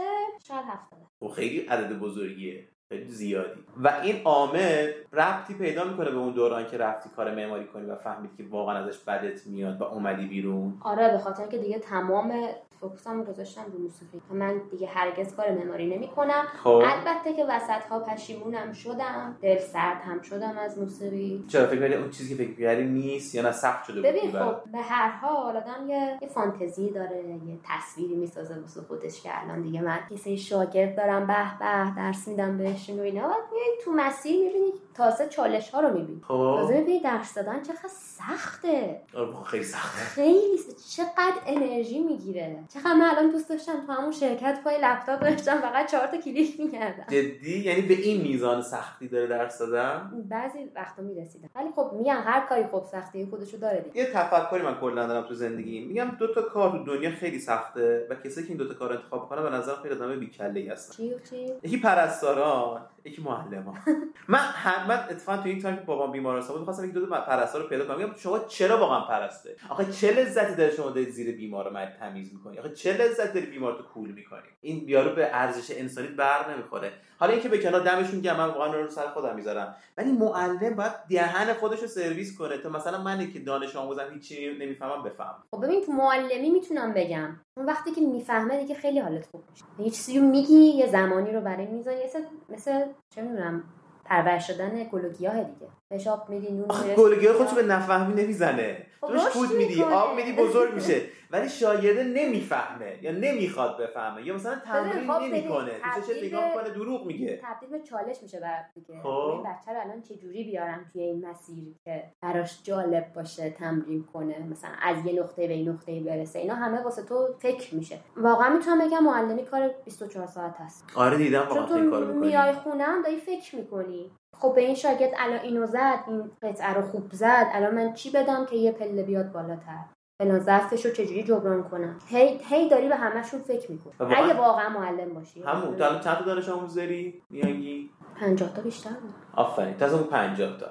شاید هفتاده
و خیلی عدد بزرگیه خیلی زیادی و این عامل ربطی پیدا میکنه به اون دوران که رفتی کار معماری کنی و فهمید که واقعا ازش بدت میاد و اومدی بیرون
آره به خاطر اینکه دیگه تمام فوکسم رو گذاشتم رو موسیقی من دیگه هرگز کار معماری نمیکنم
خب
البته که وسط ها پشیمونم شدم دل سرد هم شدم از موسیقی
چرا فکر کردی اون چیزی که فکر کردی نیست یا نه سخت شده بود
ببین
برات؟
خب به هر حال آدم یه, یه فانتزی داره یه تصویری میسازه واسه خودش که الان دیگه من یه سری شاگرد دارم به به درس میدم بهشون و اینا بعد میای تو مسیر میبینی تازه چالش ها رو میبینی
خب
تازه ببینی درس دادن چقدر سخته
آره، واقعا خیلی سخته
خیلی س- چقدر انرژی میگیره چقدر من الان دوست داشتم تو همون شرکت پای لپتاپ داشتم فقط چهار تا کلیک میکردم
جدی یعنی به این میزان سختی داره درس دادن
بعضی وقتا میرسیدم ولی خب میگم هر کاری خب سختی خودشو داره دیگه
یه تفکری من کلا دارم تو زندگی میگم دو تا کار تو دنیا خیلی سخته و کسی که این دو تا کار رو انتخاب کنه به نظر خیلی آدم بی‌کله‌ای هستن
چی و چی
یکی پرستاران یکی معلمان من هم من اتفاقا تو این تایم که بابام بیمارستان بود خواستم یکی دو تا پرستار رو پیدا کنم میگم شما چرا واقعا پرسته آخه چه لذتی داره شما دارید زیر بیمار و مریض تمیز می‌کنی آخه چه لذت داری بیمار تو کول میکنی این یارو به ارزش انسانی بر نمیخوره حالا اینکه به کنار دمشون گرم من واقعا رو سر خودم میذارم ولی معلم باید دهن خودش رو سرویس کنه تا مثلا من که دانش آموزم هیچی نمیفهمم بفهم
خب ببین تو معلمی میتونم بگم اون وقتی که میفهمه دیگه خیلی حالت خوب میشه هیچ چیزی رو میگی یه زمانی رو برای میذاری مثل مثل چه میدونم پرورش دادن گلوگیاه دیگه بهش آب میدی نون
آخه
می‌ریزی.
گلگه خودشو به نفهمی نمیزنه
خب
توش
رشد
کود میدی
می‌کنه.
آب میدی بزرگ میشه ولی شاگرده نمیفهمه یا نمیخواد بفهمه یا مثلا تمرین
خب، ببین،
نمیکنه تو چه
تبدیل
نگاه
به-
میکنه دروغ میگه
تبدیل به چالش میشه برات دیگه
خب.
این بچه رو الان چه جوری بیارم توی این مسیر که براش جالب باشه تمرین کنه مثلا از یه نقطه به این نقطه برسه اینا همه واسه تو فکر میشه واقعا میتونم بگم معلمی کار 24 ساعت هست
آره دیدم
چون
واقعا تو
تو
این کارو میکنی
میای خونه هم داری فکر میکنی خب به این شاگرد الان اینو زد این قطعه رو خوب زد الان من چی بدم که یه پله بیاد بالاتر فلان ضعفش رو چجوری جبران کنم هی, هی داری به همشون فکر میکنی
و واقعا-
اگه واقعا معلم باشی
همون تو الان چند تا دانش آموز داری میانگی
50 تا بیشتر بود.
آفرین تو از اون 50 تا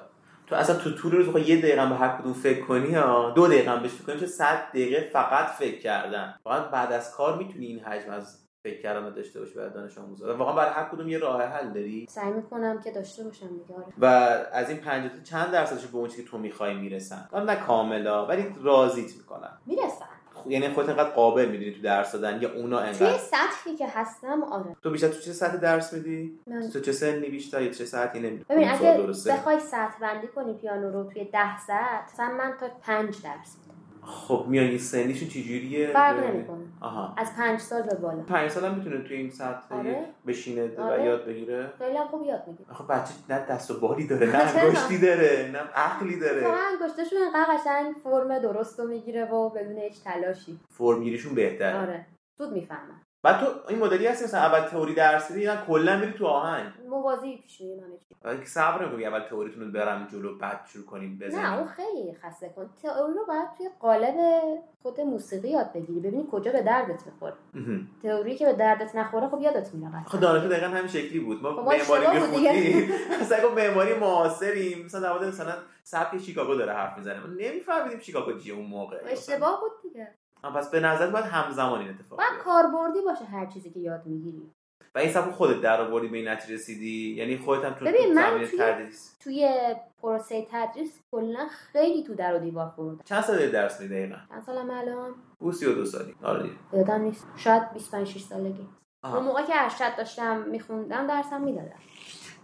تو اصلا تو طول روز بخوای یه دقیقه هم به هر کدوم فکر کنی ها دو دقیقه هم بهش فکر کنی چه 100 دقیقه فقط فکر کردن واقعا بعد از کار میتونی این حجم از فکر کردن رو داشته باشی برای دانش آموزا واقعا برای هر کدوم یه راه حل داری
سعی میکنم که داشته باشم دیگه آره
و از این 50 تا چند درصدش به اون چیزی که تو میخوای میرسن حالا نه کاملا ولی راضیت میکنن
میرسم
خب، یعنی خودت انقدر قابل میدونی تو درس دادن یا اونا
توی
انقدر
سطحی که هستم آره
تو بیشتر تو چه سطح درس میدی
من-
تو چه سنی بیشتر یا چه ساعتی نمیدونی
ببین
اون
اگه
سوال درسته.
بخوای سطح بندی کنی پیانو رو توی ده سطح مثلا من تا پنج درس میدم
خب میانی سنیشون چجوریه
فرق
ببینیم.
نمیکنه
آها
از پنج سال به بالا
پنج سال هم میتونه توی این سطح
آره.
یک بشینه
آره.
و یاد بگیره
خیلی هم خوب یاد میگیری
آخه بچه نه دست و بالی داره نه
چرا؟
انگشتی داره نه عقلی
واقعا
داره
انگشتاشون انقدر قشنگ فرم درست رو میگیره و بدون هیچ تلاشی
فرمگیریشون بهتره
آره زود میفهمم
بعد تو این مدلی هستی مثلا اول تئوری درس بدی نه کلا میری تو آهنگ
موازی پیش میریم همه چی
و اینکه صبر نمی‌کنی اول تئوریتون رو برم جلو بعد شروع کنیم
نه
بزنیم
اون خیلی خسته کن تئوری رو باید توی قالب خود موسیقی یاد بگیری ببینی کجا به دردت میخوره
اها.
تئوری که به دردت نخوره خب یادت میره قطعا.
آخه دانشگاه دقیقا همین شکلی بود ما
خب ما
معماری
اشتباه بود دیگه.
میخوندیم مثلا اگه معماری معاصریم مثلا در مورد مثلا سبک شیکاگو داره حرف میزنه ما نمیفهمیدیم شیکاگو چیه اون موقع
اشتباه بود دیگه
آه، پس به نظر باید همزمان این اتفاق
باید
بیفته.
کاربردی باشه هر چیزی که یاد میگیری
و این سبک خودت در آوردی به این نتیجه رسیدی یعنی خودت هم چون
ببین،
تو
من
زمینه
توی-
تدریس
توی پروسه تدریس کلا خیلی تو در و دیوار خوردم
چند سال داری درس میدی دقیقا
چند سالم الان
او 32 سالی آره دیگه.
یادم نیست شاید 25 6 سالگی
آها.
اون موقع که ارشد داشتم میخوندم درسم میدادم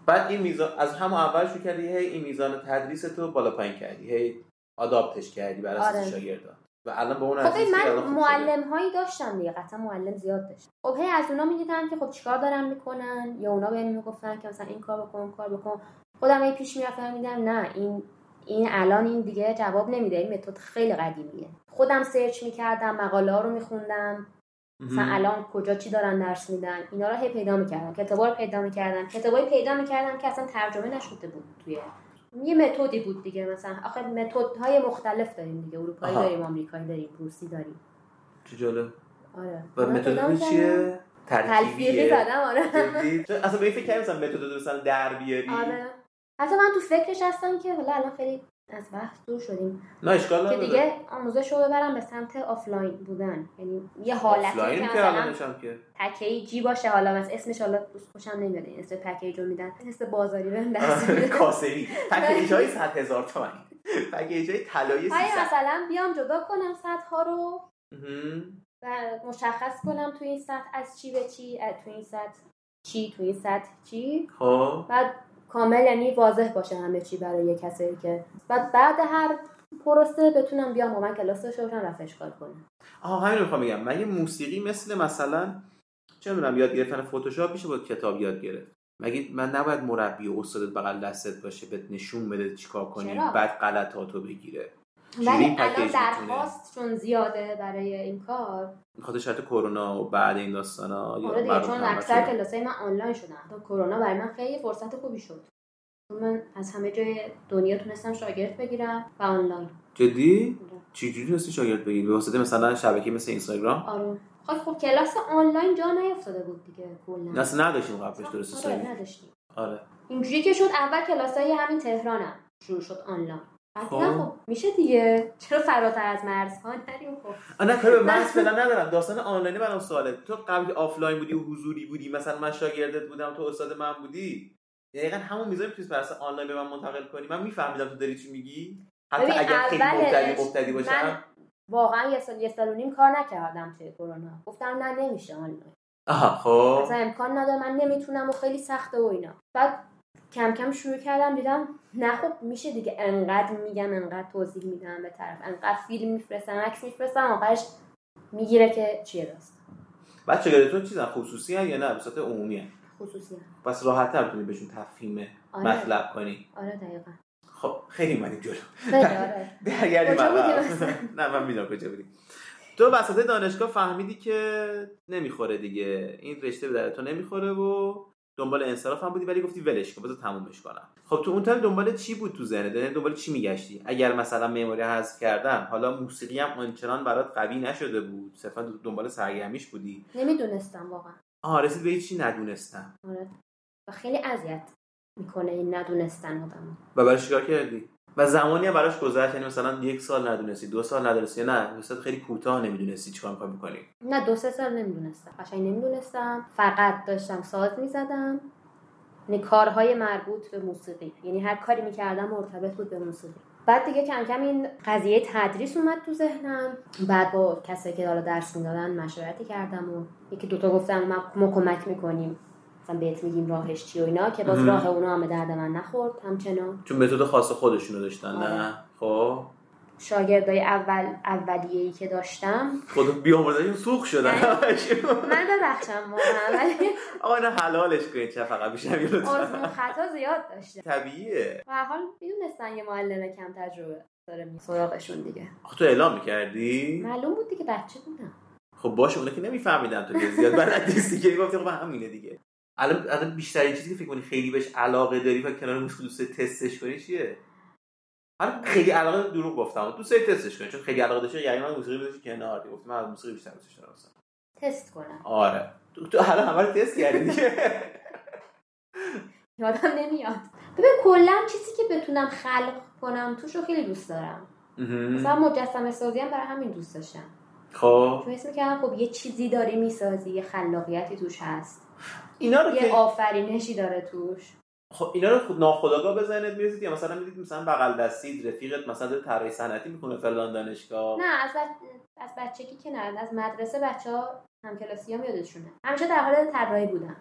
بعد این میزان از همون اول شروع کردی هی این میزان تدریس تو بالا پایین کردی هی آداپتش کردی بر اساس
آره.
شاگردان و الان به اون
خب
نتیجه
ببین،
رسیدی، الان
من
خوب شده.
معلم هایی داشتم دیگه قطعا معلم زیاد داشتم خب هی از اونا میدیدم که خب چیکار دارن میکنن یا اونا بهم میگفتن که مثلا این کار بکن اون کار بکن خودم هی پیش میرفتم میدم نه این این الان این دیگه جواب نمیده این متد خیلی قدیمیه خودم سرچ میکردم مقاله ها رو میخوندم مثلا
مهم.
الان کجا چی دارن درس میدن اینا رو هی پیدا میکردم کتابا رو پیدا میکردم کتابایی پیدا میکردم که اصلا ترجمه نشده بود توی یه متدی بود دیگه مثلا آخه متدهای مختلف داریم دیگه اروپایی
آها.
داریم آمریکایی داریم روسی داریم
چه جالب
آره
و
اینا پیدا
متد
می‌کردم.
چیه
تلفیقی
ترکیبیه
زدم آره
جدی؟ چون اصلا به این فکر کردی مثلا متد رو مثلا در بیاری
آره حتی من تو فکرش هستم که حالا الان خیلی از بحث دور شدیم
نه اشکال
که
نداره
دیگه آموزش رو ببرم به سمت آفلاین بودن یعنی یه حالتی
آفلاین
که
که
مثلا
الانش هم که
پکیجی باشه حالا مثلا اسمش حالا دوست خوشم نمیاد این اسم پکیج رو میدن حس بازاری بهم دست میده
کاسبی پکیج های 100 هزار تومانی پکیج های طلایی
های
300
مثلا بیام جدا کنم سطح ها رو
مهم.
و مشخص کنم تو این سطح از چی به چی از تو این سطح چی تو این سطح چی
خب
بعد کامل یعنی واضح باشه همه چی برای یه کسی که بعد بعد هر پروسه بتونم بیام با من کلاسش رو رفعش کار کنم
آها همین رو میخوام بگم مگه موسیقی مثل مثلا چه میدونم یاد گرفتن فتوشاپ میشه با کتاب یاد گرفت مگه من نباید مربی و استادت بغل دستت باشه بهت نشون بده چیکار کنی
چرا؟
بعد غلطاتو بگیره چجوری
ولی
این
الان
پکیج
درخواست چون زیاده برای این کار
بخاطر شرط کرونا و بعد این داستانا یا
آره دیگه
مربوط
چون
به همه
اکثر
شده.
کلاسای من آنلاین شدن تا کرونا برای من خیلی فرصت خوبی شد چون من از همه جای دنیا تونستم شاگرد بگیرم و آنلاین
جدی
بودم.
چجوری تونستی شاگرد بگیری به واسطه مثلا شبکه مثل اینستاگرام
آره خب خب کلاس آنلاین جا نیفتاده بود دیگه کلا
ناس نداشتیم قبلش درست
آره
سایی
نداشتیم
آره
اینجوری که شد اول کلاسای همین تهرانم شروع شد آنلاین عزیزم
خب.
خب میشه دیگه چرا فراتر از مرزها نریم خب
آه، نه کاری به محض فعلا ندارم داستان آنلاینی برام سواله تو قبل که آفلاین بودی و حضوری بودی مثلا من شاگردت بودم تو استاد من بودی دقیقا همون میزان پیش پرست آنلاین به من منتقل کنی من میفهمیدم تو داری چی میگی حتی
ببین،
اگر خیلی
اولش
مبتدی مبتدی
من
باشم
واقعا یه سال یه سال و نیم کار نکردم توی کرونا گفتم نه نمیشه حالا
آها خب
اصلا امکان نداره من نمیتونم و خیلی سخته و اینا بعد کم کم شروع کردم دیدم نه خب میشه دیگه انقدر میگم انقدر توضیح میدم به طرف انقدر فیلم میفرستم عکس میفرستم آخرش میگیره که چیه راست
بعد شاگردتون چیزن خصوصی هن یا نه به صورت عمومی هن؟
خصوصی هم.
پس راحت میتونی بهشون تفهیم
آره
مطلب کنی
آره دقیقا
خب خیلی اومدیم جلو
خیلی آره
برگردیم
کجا بودی
عقب.
مثلا؟
نه من میدونم کجا بودی تو وسط دانشگاه فهمیدی که نمیخوره دیگه این رشته به در تو نمیخوره و دنبال انصراف هم بودی ولی گفتی ولش کن بذار تمومش کنم خب تو اون تایم دنبال چی بود تو ذهنت یعنی دنبال چی میگشتی اگر مثلا معماری حذف کردن حالا موسیقی هم آنچنان برات قوی نشده بود صرفا دنبال سرگرمیش بودی
نمیدونستم واقعا
آها رسید به چی ندونستم
آره و خیلی اذیت میکنه این ندونستن آدمو
و براش چیکار کردی و زمانی هم براش گذشت یعنی مثلا یک سال ندونستی دو سال ندونستی نه مثلا خیلی کوتاه نمیدونستی چیکار می‌خوای بکنی
نه دو سه سال نمیدونستم قشنگ نمیدونستم فقط داشتم ساز میزدم یعنی کارهای مربوط به موسیقی یعنی هر کاری میکردم مرتبط بود به موسیقی بعد دیگه کم کم این قضیه تدریس اومد تو ذهنم بعد با کسایی که حالا درس میدادن مشورتی کردم و یکی دوتا گفتم ما, ما کمک میکنیم مثلا بهت میگیم راهش چی و اینا که باز
مهم.
راه اونا هم به درد من نخورد همچنان
چون متد خاص خودشونو داشتن
آره.
نه خب
شاگردای اول اولیه‌ای که داشتم
خود بیامرزشون سوخ شدن
من ببخشم واقعا ولی
آقا نه حلالش کنید چه فقط میشم یه لطفا.
آزمون خطا زیاد داشته
طبیعیه
و هر حال میدونستن یه معلم کم تجربه داره می سراغشون دیگه
آخه تو اعلام میکردی
معلوم بود دیگه بچه بودم
خب باشه اونا که نمیفهمیدن تو که زیاد بلد نیستی که گفتی خب همینه دیگه الان الان بیشترین چیزی که فکر کنی خیلی بهش علاقه داری و کنار موش دوست تستش کنی چیه حالا خیلی علاقه دروغ گفتم دوست داری تستش کنی چون خیلی علاقه داشتی یعنی من موسیقی بذاری کنار گفتم من از موسیقی بیشتر دوستش دارم اصلا.
تست کنم
آره تو تو حالا همه رو تست کردی دیگه
یادم نمیاد ببین کلا چیزی که بتونم خلق کنم توش رو خیلی دوست دارم مثلا مجسمه سازی هم برای همین دوست داشتم
خب
چون حس میکردم خب یه چیزی داری میسازی یه خلاقیتی توش هست
اینا رو
یه
که
آفرینشی داره توش
خب اینا رو خود ناخداگاه بزنید میرسید یا مثلا میدید مثلا بغل دستید رفیقت مثلا داره طراحی صنعتی میکنه فلان دانشگاه
نه از, بچ- از بچگی که نه از مدرسه بچه ها همکلاسی هم یادشونه همیشه در حال طراحی بودم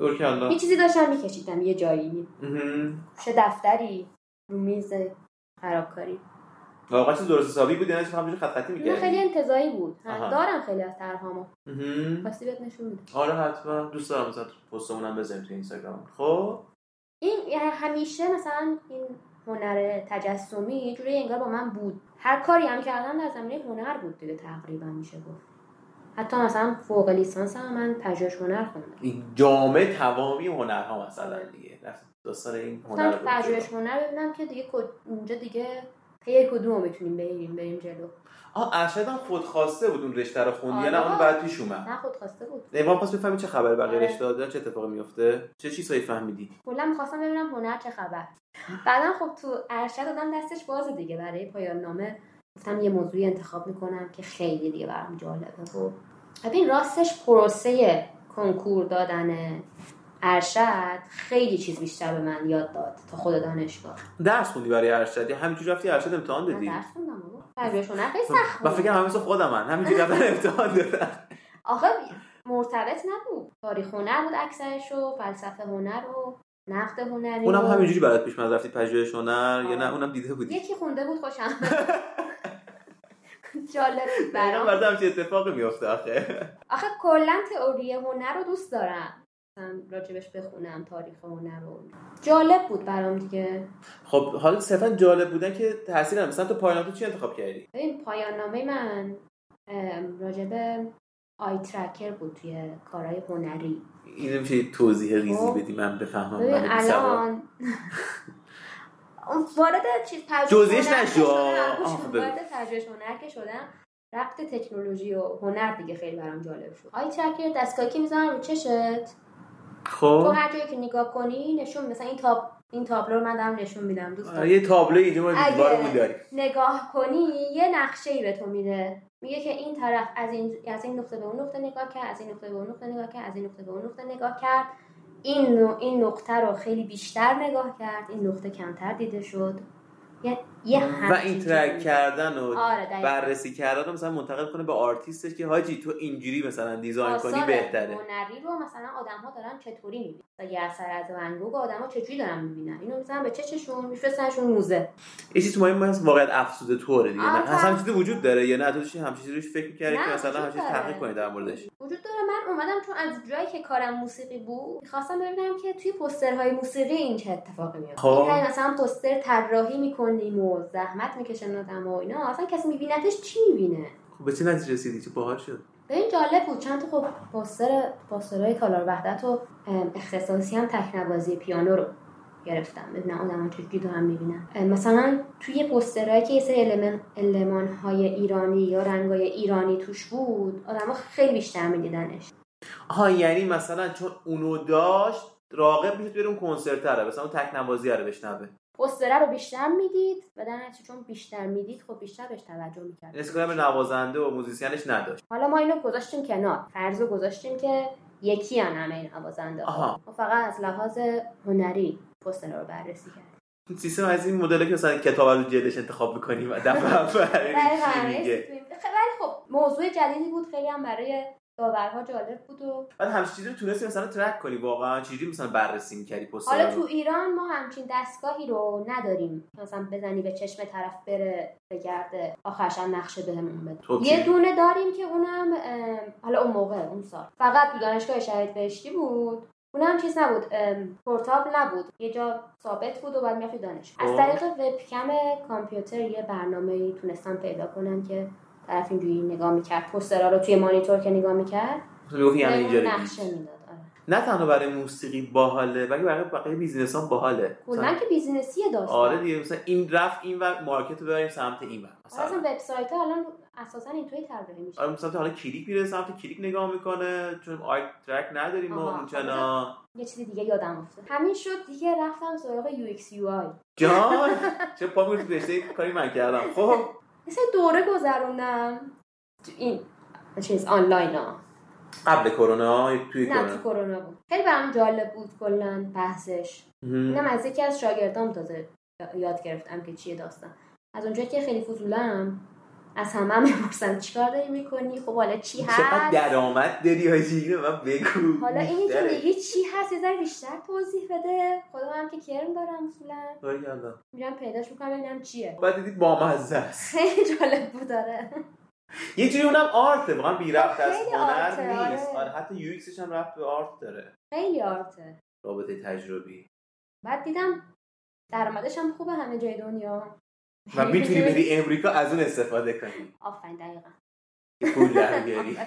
اوکی
یه
الله
چیزی داشتم میکشیدم یه جایی
مهم.
چه دفتری رو میز خرابکاری
واقعا چیز درست حسابی بود یا نه چون همینجوری خط خطی
نه
میکردی
خیلی انتظایی بود
آها.
دارم خیلی از طرحامو
مهم.
خواستی بهت نشون میدم
آره حتما دوست دارم مثلا تو پستمونم بزنیم تو اینستاگرام خب
این یعنی همیشه مثلا این هنر تجسمی یه جوری انگار با من بود هر کاری هم کردم در زمینه هنر بود دیگه تقریبا میشه گفت حتی مثلا فوق لیسانس هم من پژوهش هنر خوندم
این جامعه تمامی هنرها مثلا دیگه رفت داستان این هنر
گفتم که
رو بگو.
پژوهش هنر ببینم که دیگه کد- اونجا دیگه پی کدوم رو میتونیم بریم بریم جلو
آه ارشد هم خودخواسته بود اون رشته رو خوند یا نه
آره.
اون بعد پیش اومد
نه خود خواسته بود
ایوان پس بفهمی چه خبر بقیه
آره.
رشته دادن چه اتفاقی میفته چه چیزهایی فهمیدی
کلا میخواستم ببینم هنر چه خبر بعدا خب تو ارشد دادم دستش بازه دیگه برای پایان نامه گفتم یه موضوعی انتخاب میکنم که خیلی دیگه برام جالبه و ببین راستش پروسه کنکور دادن ارشد خیلی چیز بیشتر به من یاد داد تا خود دانشگاه
درس خوندی برای ارشد یا همینجوری رفتی ارشد امتحان
من
دادی
درس خوندم بابا پژوهش هنر خیلی سخت
من فکر
بود
کنم مثل خودم من همینجوری
آره.
رفتن امتحان دادم
آخه مرتبط نبود تاریخ هنر بود اکثرش و فلسفه هنر و نقد هنری
اونم
و-
همینجوری برات پیش من رفتی پژوهش هنر یا نه
آره.
اونم دیده بودی
یکی خونده بود خوشم جالب بود
برام
برام
برات همچین اتفاقی میفته آخه
آخه کلا تئوری هنر رو دوست دارم مثلا راجبش بخونم تاریخ هنر رو جالب بود برام دیگه
خب حالا صرفا جالب بودن که تاثیر هم مثلا تو پایان تو چی انتخاب کردی
ببین پایان نامه من ام، راجب آی ترکر بود توی کارهای هنری
اینو میشه یه توضیح ریزی
خب.
بدی من بفهمم
ببین
من بی‌سواد.
الان وارد چیز پژوهش
جزئیش
هنر که
نشو.
شدم. گوش
آه، خب،
کن.
بگو.
وارد پژوهش هنر که شدم ربط تکنولوژی و هنر دیگه خیلی برام جالب شد آی ترکر دستگاهی که میزنن رو چشت تو
خب
هر جایی که نگاه کنی نشون مثلا این تاب این تابلو رو من دارم نشون میدم دوست
آه، آره، یه تابلو اینجا ما دیوارمون
اگه
داریم
نگاه کنی یه نقشه ای به تو میده میگه که این طرف از این از این نقطه به اون نقطه نگاه کرد از این نقطه به اون نقطه نگاه کرد از این نقطه به اون نقطه نگاه کرد این نو- این نقطه رو خیلی بیشتر نگاه کرد این نقطه کمتر دیده شد یه یه
و
همچین
اینتراکت
چیزی.
کردن و
آره دقیقاً.
بررسی کردن رو مثلا منتقل کنه به آرتیستش که حاجی تو اینجوری مثلا دیزاین کنی
آثار
بهتره
هنری رو مثلا آدم ها دارن چطوری میبینن و یه اثر از ونگوگ آدم ها چجوری دارن میبینن اینو میزنن به چششون میفرستنشون موزه
یه چیز مهم هست واقعا افسوده طوره دیگه نه
آره.
اصلا چیزی وجود داره یا نه تو داشتی همچین چیزی روش فکر می‌کردی
نه،
که مثلا
وجود
همچین
داره.
تحقیق کنی در موردش
وجود داره من اومدم چون از جایی که کارم موسیقی بود میخواستم ببینم که توی پوسترهای موسیقی این چه اتفاقی میفته
خب.
خب. مثلا پوستر طراحی میکنیم و زحمت میکشن آدم و اینا اصلا کسی میبینتش چی میبینه
خب به چه نتیجه رسیدی چه باحال شد
به این جالب بود چند تا خب پوستر پوسترهای کالار وحدت و ام، اختصاصی هم تکنوازی پیانو رو گرفتم ببینم آدم چجوری دارن میبینن مثلا توی پوسترهایی که یه سری المن, های ایرانی یا رنگای ایرانی توش بود آدما خیلی بیشتر میدیدنش
آها یعنی مثلا چون اونو داشت راقب میشد بره اون کنسرت رو مثلا اون تک نوازی رو بشنوه
پوستره رو بیشتر میدید و در نتیجه چون بیشتر میدید خب بیشتر بهش توجه میکرد
اسکرام به یعنی نوازنده و موزیسینش نداشت
حالا ما اینو گذاشتیم کنار فرض رو گذاشتیم که یکی هم همه این نوازنده ها
آها.
ما فقط از لحاظ هنری پوستره رو بررسی کرد
سیستم از این مدل که مثلا کتاب از جلدش انتخاب میکنیم و دفعه اول ببینیم چی میگه
ولی خب موضوع جدیدی بود خیلی هم برای داورها جالب بود و
بعد همچین چیزی رو تونستی مثلا ترک کنی واقعا چجوری مثلا بررسی میکردی پستر
حالا
رو
تو ایران ما همچین دستگاهی رو نداریم که مثلا بزنی به چشم طرف بره بگرده آخرش هم نقشه بهمون بده
خب چی؟
یه دونه داریم که اونم ام، حالا اون موقع اون سال فقط تو دانشگاه شهید بهشتی بود اونم چیز نبود ام، پورتابل نبود یه جا ثابت بود و بعد میرفتی دانشگاه
خب.
از طریق وبکم کامپیوتر یه برنامه تونستم پیدا کنم که طرف اینجوری نگاه میکرد پسترا رو توی مانیتور که نگاه میکرد
مثلا میگفتی همه یعنی اینجا رو
نقشه
دید.
میداد آره.
نه تنها برای موسیقی باحاله بلکه برای بقیه بیزینس هم باحاله
کلا
مثلا-
که بیزینسیه داستان
آره دیگه مثلا این رفت این و مارکت رو ببریم سمت این ور
آره اصلا
مثلا
وبسایت ها الان اساسا اینطوری طراحی میشه
آره سمت حالا کلیک میره سمت کلیک نگاه میکنه چون آی ترک نداریم ما
آها.
اونچنا
یه چیز دیگه یادم افتاد همین شد دیگه رفتم سراغ یو ایکس یو آی
جان چه پا می‌ری تو رشته کاری من کردم خب
مثل دوره گذروندم تو این چیز آنلاین ها
قبل کرونا توی
نه تو
کرونا
کرونا بود خیلی برام جالب بود کلا بحثش
مهم.
اینم از یکی از شاگردام تازه یاد گرفتم که چیه داستان از اونجایی که خیلی فضولم از همه هم میپرسم چیکار داری میکنی خب حالا چی
چقدر
هست
درآمد داری حاجی اینو به من بگو
حالا اینی که
بیشتره.
میگی چی هست یه ذره بیشتر توضیح بده خودم هم که کرم دارم اصولا
باریکلا.
میرم پیداش میکنم ببینم چیه
بعد دیدید با مزه است
خیلی جالب بود آره. داره
یه جوری اونم آرته واقعا بی رفت از
خیلی آرته،
هنر
آره.
نیست آره حتی یو ایکسش هم رفت به آرت داره
خیلی آرته
رابطه تجربی
بعد دیدم درآمدش هم خوبه همه جای دنیا
و میتونی بری امریکا از اون استفاده کنی
آفرین دقیقا
که پول درگیری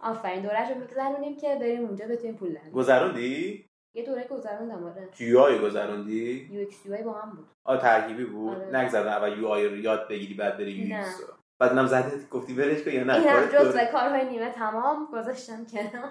آفرین دورش رو میگذرونیم که بریم اونجا بتونیم پول در بیاریم.
گذروندی
یه دوره گذروندم آره
یو آی گذروندی
یو ایکس با هم بود
آ ترکیبی بود
آره.
نگذرن اول یو آی رو یاد بگیری بعد بری یو
نه.
ایکس رو. بعد اونم زدت گفتی برش کن یا نه
اینم
کارت درست.
جزء کارهای نیمه تمام گذاشتم کنار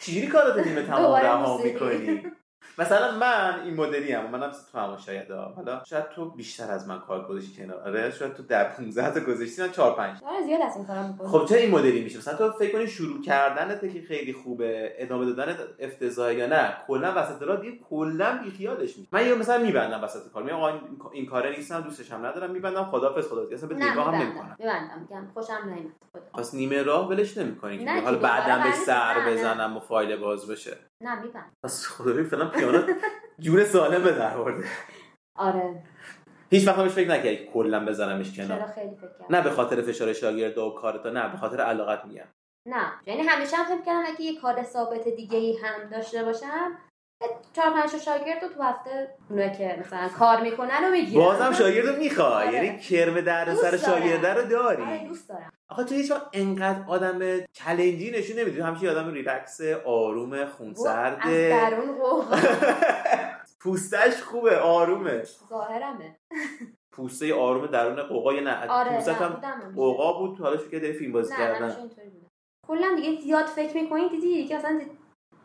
چجوری کارات نیمه تمام
دوباره
رها
موسیقی.
میکنی مثلا من این مدلی هم منم تو همون شاید ها. حالا شاید تو بیشتر از من کار گذاشتی کنار آره شاید تو در 15 تا گذاشتی من 4 5
دارم آره، زیاد از این کارم میکنم
خب چرا این مدلی میشه مثلا تو فکر کنی شروع کردنت که خیلی خوبه ادامه دادن افتضاحه یا نه کلا وسط راه دیگه کلا بیخیالش میشه من یه مثلا میبندم وسط کار میگم آقا این- این کاره نیستم دوستش هم ندارم میبندم خدافظ خدافظ اصلا به
نه
نگاه هم
میبندم
نمیکنم خب.
میبندم میگم خوشم نیمد خدا
پس نیمه راه ولش نمیکنی که
نه،
حالا
که دوباره
بعدم به
برمی‌گردم.
سر
نه، نه.
بزنم و فایل باز بشه
نه میبندم
پس خدا رو فعلا پیانو جون سالم به در آورده
آره
هیچ وقت همش فکر نکردی که کلا بزنمش
چرا
کنار
خیلی فکر کردم
نه به خاطر فشار شاگردا و کارتا نه به خاطر علاقت میگم
نه یعنی همیشه هم فکر کردم اگه یه کار ثابت دیگه ای هم داشته باشم یه چهار پنج تا شاگرد رو تو هفته اونایی که مثلا کار میکنن رو میگیرم
بازم شاگرد رو میخوای
آره.
یعنی کرم در
دوست
سر
دارم.
شاگرده رو
آره
داری
دوست دارم
آخه تو هیچ وقت انقدر آدم چلنجی نشون نمیدی تو همیشه یه آدم ریلکس آروم
از
خونسرده
درون قوقا
پوستش خوبه آرومه
ظاهرمه
پوسته آروم درون قوقا یا نه
آره نه،
پوستت هم
بودم همیشه.
قوقا بود تو حالا شو که داری فیلم بازی
نه همیشه
کردن
اینطوری بودم کلا دیگه زیاد فکر میکنی دیدی که اصلا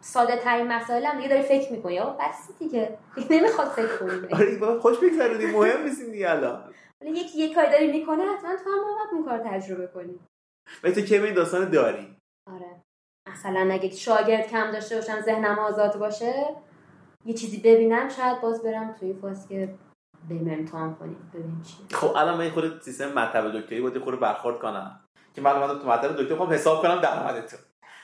ساده ترین مسائل هم دیگه داری فکر میکنی آقا بس دیگه نمیخواد فکر کنی
آره دیگه باید خوش بگذره دیگه مهم نیستیم دیگه الان
حالا یکی یه کاری داری میکنه حتما تو هم باید اون کار تجربه کنی
ولی تو کی به این داستان داری
آره مثلا اگه شاگرد کم داشته باشم ذهنم آزاد باشه یه چیزی ببینم شاید باز برم توی فاز که بریم امتحان کنیم ببین چیه
خب الان من یه خورده سیستم مطلب دکتری باید یه خورده برخورد کنم که من اومدم تو مطلب دکتری خب حساب کنم درآمد تو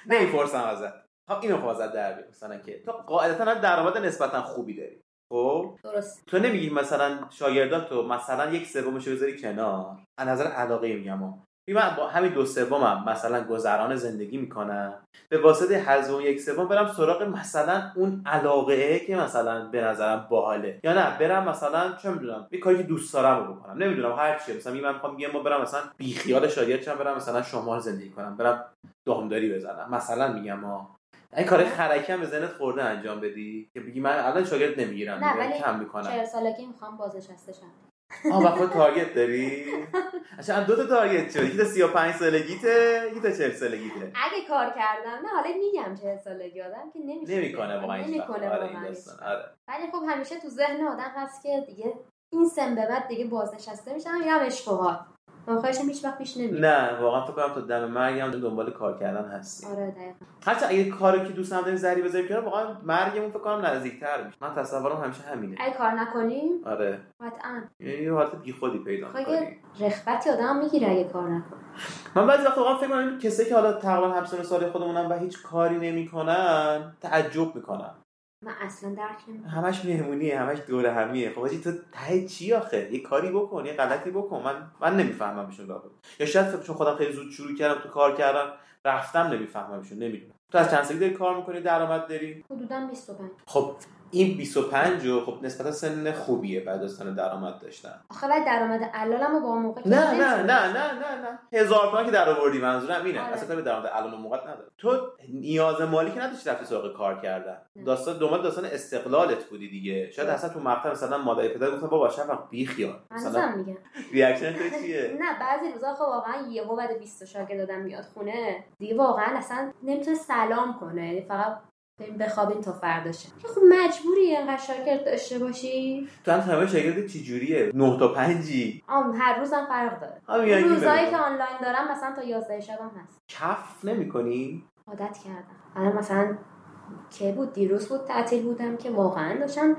نمیپرسم ازت خب اینو خب ازت در بیارم. مثلا که تو قاعدتا هم درآمد نسبتا خوبی داری خب
درست
تو نمیگی مثلا شاگردات تو مثلا یک سومش رو بذاری کنار از نظر علاقه میگم ها. میگی من با همین دو سومم مثلا گذران زندگی میکنم به واسطه حذف اون یک سوم برم سراغ مثلا اون علاقه که مثلا به نظرم باحاله یا نه برم مثلا چه میدونم یه کاری که دوست دارم رو بکنم نمیدونم هر چیه مثلا میگم من میخوام یه ما برم مثلا بیخیال شاگرد شم برم مثلا شمال زندگی کنم برم دامداری بزنم مثلا میگم ها این کار خرکی هم به ذهنت خورده انجام بدی که بگی من الان شاگرد نمیگیرم
نه،
دیگه،
ولی
کم میکنم
چهل سالگی میخوام بازنشسته شم
آه و خود تارگت داری؟ اصلا دو تا تارگت شد یکی تا 35 سالگیته یکی تا 40 سالگیته
اگه کار کردم نه حالا میگم چهل سالگی آدم که نمیشه
نمیکنه واقعا این
نمیکنه
آره این
واقعا
داستان آره
ولی خب همیشه تو ذهن آدم هست که دیگه این سن به بعد دیگه بازنشسته میشم یا اشتغال واقعشم هیچ وقت پیش نمیاد
نه واقعا فکر کنم تا دم مرگ هم دنبال کار کردن هستی
آره دقیقا
هرچند اگه کاری که دوست نداریم زری بذاریم کنار واقعا مرگمون فکر کنم نزدیکتر میشه من تصورم همیشه همینه
اگه کار نکنیم
آره
قطعا
یعنی یه حالت بیخودی پیدا
خب، یه
می‌کنی.
رخوتی آدم میگیره اگه کار نکنیم
من بعضی وقت واقعا فکر کنم کسایی که حالا تقریبا همسن سال خودمونن و هیچ کاری نمیکنن تعجب میکنن
من اصلا درک نمیکنم
همش مهمونیه همش دور همیه خب حاجی تو ته چی آخه یه کاری بکن یه غلطی بکن من من نمیفهممشون لابد یا شاید فکر- چون خودم خیلی زود شروع کردم تو کار کردم رفتم نمیفهممشون نمیدونم تو از چند سالگی داری کار میکنی درآمد داری
حدودا 25
خب این 25 و خب نسبتا سن خوبیه بعد داستان درآمد داشتن
آخه بعد درآمد علالمو با اون موقع که
نه
نمی‌شد.
نه نه نه نه نه هزار تومن که در آوردی منظورم اینه
آره.
اصلا کاری به درآمد الان و موقع نداره تو نیاز مالی که نداشتی رفتی سراغ کار کردن
نه.
داستان دنبال داستان استقلالت بودی دیگه شاید اصلا تو مقطع مثلا مادر پدر گفتن بابا شب بی خیال مثلا
هنوزم میگم
ریاکشن تو چیه
نه بعضی روزا خب واقعا یهو بعد 20 شاگرد دادم میاد خونه دیگه واقعا اصلا نمیتونه سلام کنه یعنی فقط بریم بخوابیم تا فردا شه خب مجبوری انقدر شاگرد داشته باشی
تو هم تمام شاگرد چی جوریه 9 تا 5
آم هر روزم فرق داره
هم یعنی
روزایی
بگو.
که آنلاین دارم مثلا تا 11 شبم هست
کف نمی‌کنی
عادت کردم الان مثلا که بود دیروز بود تعطیل بودم که واقعا داشتم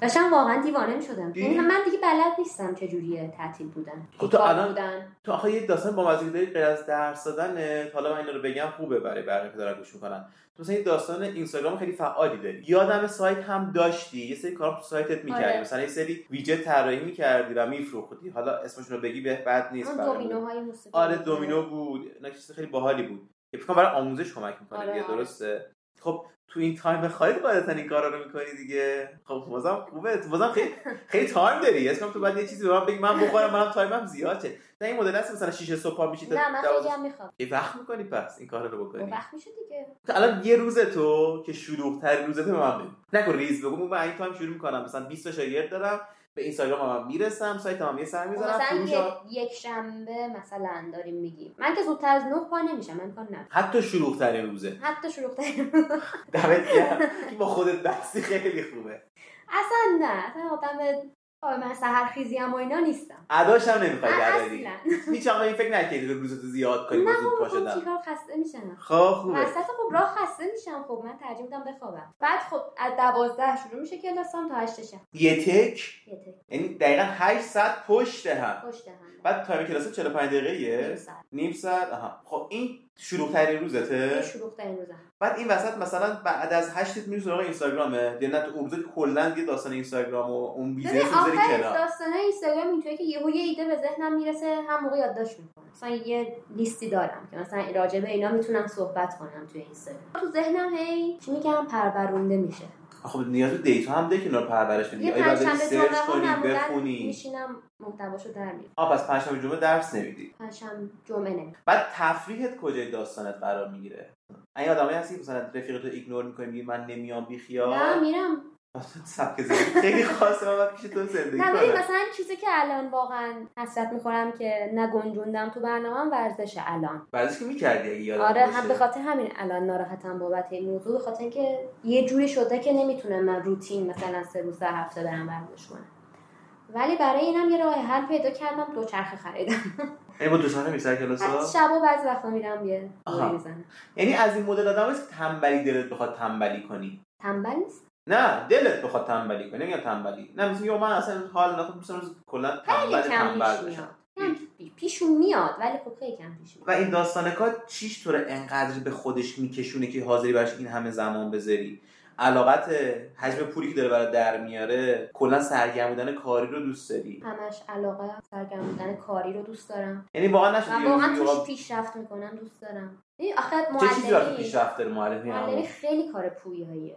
داشتم واقعا دیوانه می شدم
دی-
یعنی هم من دیگه بلد نیستم چجوریه تعطیل بودن
خب تو
بیکار
الان-
بودن
تو آخه یه داستان با مزگی داری غیر از درس دادن حالا من اینا رو بگم خوبه برای برای که دارن گوش میکنن تو مثلا یه داستان اینستاگرام خیلی فعالی داری یادم سایت هم داشتی یه سری کارا تو سایتت میکردی
آره.
مثلا یه سری ویجت طراحی میکردی و میفروختی حالا اسمشون رو بگی به بد نیست
اون
برامون.
دومینوهای موسیقی
آره دومینو بود اینا چیز خیلی باحالی بود که فکر کنم برای آموزش کمک میکنه
آره،
دیگه
آره.
درسته خب تو این تایم خالد قاعدتا این کارا رو میکنی دیگه خب بازم خوبه بازم خیلی خیلی تایم داری اسم تو بعد یه چیزی به من بگی من بخورم منم تایمم زیاد شه نه این مدل است مثلا 6 صبح پا میشی تا
نه من
دوازده-
خیلی هم میخوام
یه وقت میکنی پس این کار رو بکنی
وقت میشه دیگه
تو الان یه روز تو که شلوغ ترین روز تو به من بگو نکن ریز بگو من این تایم شروع میکنم مثلا 20 تا شاگرد دارم به اینستاگرام هم میرسم سایت هم یه سر میزنم
مثلا
فروش هم-
یک, یک شنبه مثلا داریم میگیم من که زودتر از نه پا نمیشم من کار ندارم
حتی شلوغ ترین روزه
حتی شروع
دمت گرم که با خودت بحثی خیلی خوبه
اصلا نه اصلا آدم آه، من سهرخیزی هم و اینا نیستم
اداش هم نمیخوای
من
برداری
اصلا
هیچ وقت این فکر نکردی به روزتو زیاد کنی با
نه
زود
بابا،
پا
خب
شدن
چیکار خسته میشم
خب خوبه
وسط خب راه خسته میشم خب من ترجیح میدم بخوابم بعد خب از دوازده شروع میشه کلاسام تا هشت شب
یه تک
یه تک
یعنی دقیقا 8 ساعت پشت هم
پشت هم
بعد تایم کلاس 45
نیم
دقیقه
ساعت.
نیم ساعت آها خب این شروع ترین
این
روزته
شروع این روزم
بعد این وسط مثلا بعد از هشتت میری سراغ اینستاگرامه دیگه نه تو اون روزا که کلا یه داستان اینستاگرام و اون
ببین
بیزنس رو بذاری
آخر
کنار
داستانه اینستاگرام اینطوریه که یهو یه ایده به ذهنم میرسه هم موقع یادداشت میکنم مثلا یه لیستی دارم که مثلا راجع به اینا میتونم صحبت کنم توی اینستاگرام تو ذهنم هی چی میگم پرورونده میشه
خب نیاز به دیتا هم داری که اینا رو پرورش بدی
یه
آیا باید بری
پنجشنبه
سرچ
جمعه ها
کنی
معمولا
بخونی
میشینم محتواشو در میارم
آ پس پنجشنبه جمعه درس نمیدی
پنجشنبه جمعه نمیرم
بعد تفریحت کجای داستانت قرار میگیره این آدمایی هستی که مثلا رفیق تو ایگنور میکنی میگی من نمیام بی خیال
نه میرم
سبک زندگی خیلی خاصه من باید پیش تو زندگی
نه ببین
کنم
مثلا چیزی که الان واقعا حسرت میخورم که نگنجوندم تو برنامه ورزش الان
بعضیش که میکردی اگه یادت
آره
باشه.
هم به خاطر همین الان ناراحتم بابت این موضوع به خاطر اینکه یه جوری شده که نمیتونم من روتین مثلا سه روز در هفته برم ورزش کنم ولی برای اینم یه راه حل پیدا کردم دوچرخه خریدم
یعنی با دوشنبه میری سر کلاس‌ها؟
شبا بعضی وقتا میرم یه
آها.
میزنم
یعنی از این مدل آدم هست که تنبلی دلت بخواد تنبلی کنی
تنبل نیست
نه دلت بخواد تنبلی کنی نمیگم تنبلی نه مثلا یا من اصلا حال ندارم مثلا روز کلا تنبل
خیلی کم
تنبل
پیش
بشم
میاد کم پی- پیشون میاد ولی خب خیلی کم پیش میاد
و این داستان کار چیش تو رو انقدر به خودش میکشونه که حاضری براش این همه زمان بذاری علاقت حجم پولی که داره برات در میاره کلا سرگرم بودن کاری رو دوست داری
همش علاقه سرگرم بودن کاری رو دوست دارم
یعنی واقعا نشد
و
یه
واقعا
روزی
توش
آقا
پیشرفت میکنم دوست دارم ببین آخه
چه چیزی برات
معلمی
پیشرفت داره معلمی
معلمی
هم
خیلی کار پویاییه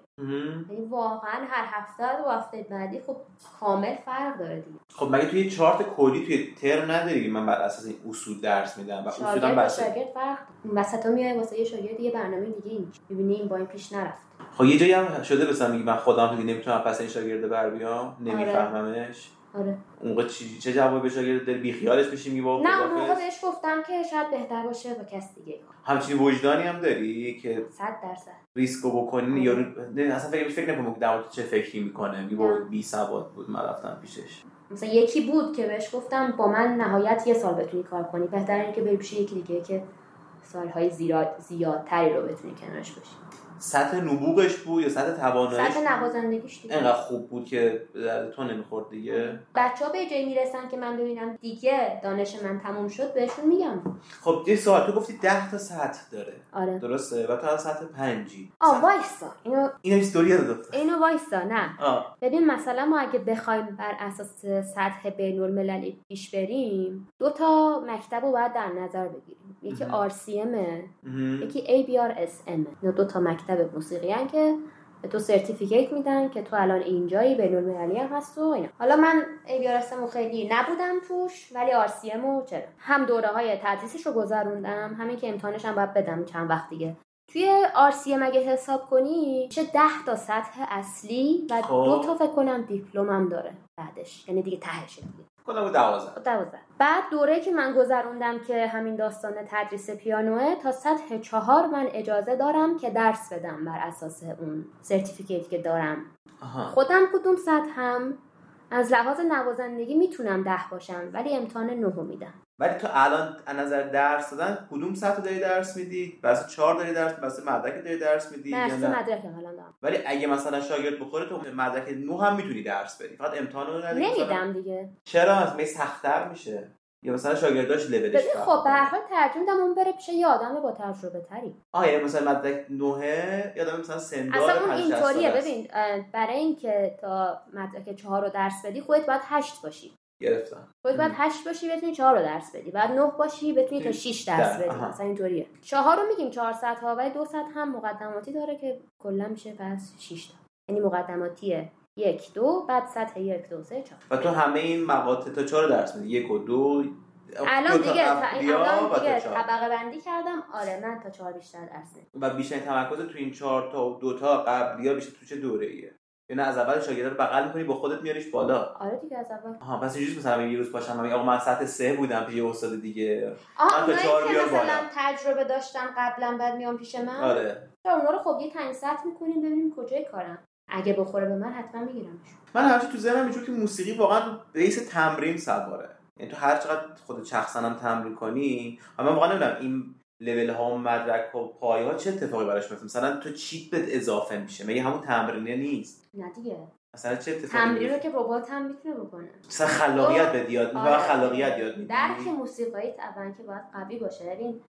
یعنی واقعا هر هفته و هفته بعدی خب کامل فرق داره دیگه
خب مگه توی چارت کلی توی تر نداری که من بر اساس این اصول درس میدم و اصولم
شاگرد با
بسه
شاگرد فرق داره وسط میای واسه یه شاگرد یه برنامه دیگه این میبینی این با این پیش نرفت
خب یه جایی هم شده مثلا میگی من خودم دیگه نمیتونم پس این شاگرد بر بیام نمیفهممش
آره
اون موقع چی چه جواب به شاگرد داری بیخیالش بشی میگی بابا
نه اون
خداحافظ؟
موقع بهش گفتم که شاید بهتر باشه با کس دیگه کار
همچین وجدانی هم داری که
کنم. صد درصد
ریسکو بکنی یارو نه، اصلا فکر فکر نکنم که در مورد چه فکری میکنه میگه بابا
نه.
بی سواد بود من رفتم پیشش
مثلا یکی بود که بهش گفتم با من نهایت یه سال بتونی کار کنی بهتر اینه که بری پیش یکی دیگه که سالهای زیاد زیادتری رو بتونی کنارش باشی
سطح نبوغش بود یا سطح تواناییش
سطح نوازندگیش دیگه
انقدر خوب بود که به درد تو نمیخورد دیگه
بچه ها به جایی میرسن که من ببینم دیگه دانش من تموم شد بهشون میگم
خب یه سوال تو گفتی 10 تا سطح داره
آره
درسته و تو الان سطح پنجی
آ
سطح...
وایسا اینو
این هیستوری رو دفتر
اینو وایسا نه
آه
ببین مثلا ما اگه بخوایم بر اساس سطح بین المللی پیش بریم دو تا مکتب رو باید در نظر بگیریم یکی
مهم.
RCM
مهم.
یکی ABRSM اینا دو تا مکتب موسیقی هن که به تو سرتیفیکیت میدن که تو الان اینجایی بین المللی هم هست و اینا حالا من ABRSM رو خیلی نبودم توش ولی RCM رو چرا هم دوره های تدریسش رو گذروندم همین که امتحانش هم باید بدم چند وقت دیگه توی RCM اگه حساب کنی چه 10 تا سطح اصلی و
خب.
دو تا فکر کنم دیپلمم داره بعدش یعنی دیگه تهشه دیگه
کنم بود 12
دوازده بعد دوره که من گذروندم که همین داستان تدریس پیانوه تا سطح چهار من اجازه دارم که درس بدم بر اساس اون سرتیفیکیت که دارم
آها
خودم کدوم سطح هم از لحاظ نوازندگی میتونم ده باشم ولی امتحان نهو میدم
ولی تو الان از نظر درس دادن کدوم سطح داری درس میدی بس 4 داری درس بس مدرک داری درس میدی
من
یا
اصلا
نه
مدرک الان دارم
ولی اگه مثلا شاگرد بخوره تو مدرک نو هم میتونی درس بدی فقط امتحان رو نداری یعنی مثلا-
نمیدم دیگه
چرا از می سختتر میشه یا مثلا شاگرداش لولش
ببین
فرق
خب به
کنه.
هر حال ترجمه اون بره پیش یه آدم با تجربه تری
آه یعنی مثلا مدرک نوه یادم مثلا سندار
اصلا اون
50
اینطوریه
ساله است.
ببین اه، برای اینکه تا مدرک چهار رو درس بدی خودت باید هشت باشی
گرفتم
خود باید
مم.
هشت باشی بتونی چهار رو درس بدی بعد نه باشی بتونی تا
توی
شیش
در،
درس بدی
آها.
مثلا اینطوریه چهار رو میگیم چهار سطح ها ولی دو سطح هم مقدماتی داره که کلا میشه پس شیش تا یعنی مقدماتیه یک دو بعد سطح یک دو سه چهار
و تو همه این مقاطع تا چهار رو درس میدی یک و دو
الان
دو تا
دیگه تا-
قبلی ها و
الان
تا
دیگه
چهار.
طبقه بندی کردم آره من تا چهار بیشتر درس نمیدم
و بیشتر تمرکز تو این چهار تا و دو تا قبلی ها بیشتر تو چه دوره ایه یعنی از اول شاگرد رو بغل میکنی با خودت میاریش بالا
آره دیگه از اول
آها پس اینجوری مثلا من یه روز باشم من بگم آقا من سطح سه بودم پیش یه استاد دیگه من
آها
تا
اونایی
چهار
که
بیار
مثلا
بالا.
تجربه داشتن قبلا بعد میان پیش من
آره
اونا رو خب یه تنگ سطح میکنیم ببینیم کجای کارم اگه بخوره به من حتما میگیرمش
من همیشه تو ذهنم اینجور که موسیقی واقعا رئیس تمرین سواره یعنی تو هر چقدر خودت شخصا هم تمرین کنی و من واقعا نمیدونم این لول ها و مدرک ها و پایه ها چه اتفاقی براش میفته مثلا تو چی بهت اضافه میشه مگه همون تمرینه نیست
نه دیگه
مثلا چه اتفاقی
تمرین رو
میفته
که ربات هم میتونه بکنه
مثلا خلاقیت بهت یاد می‌ده.
آره.
واقعا خلاقیت یاد میدی
درک موسیقیت اول که باید قوی باشه ببین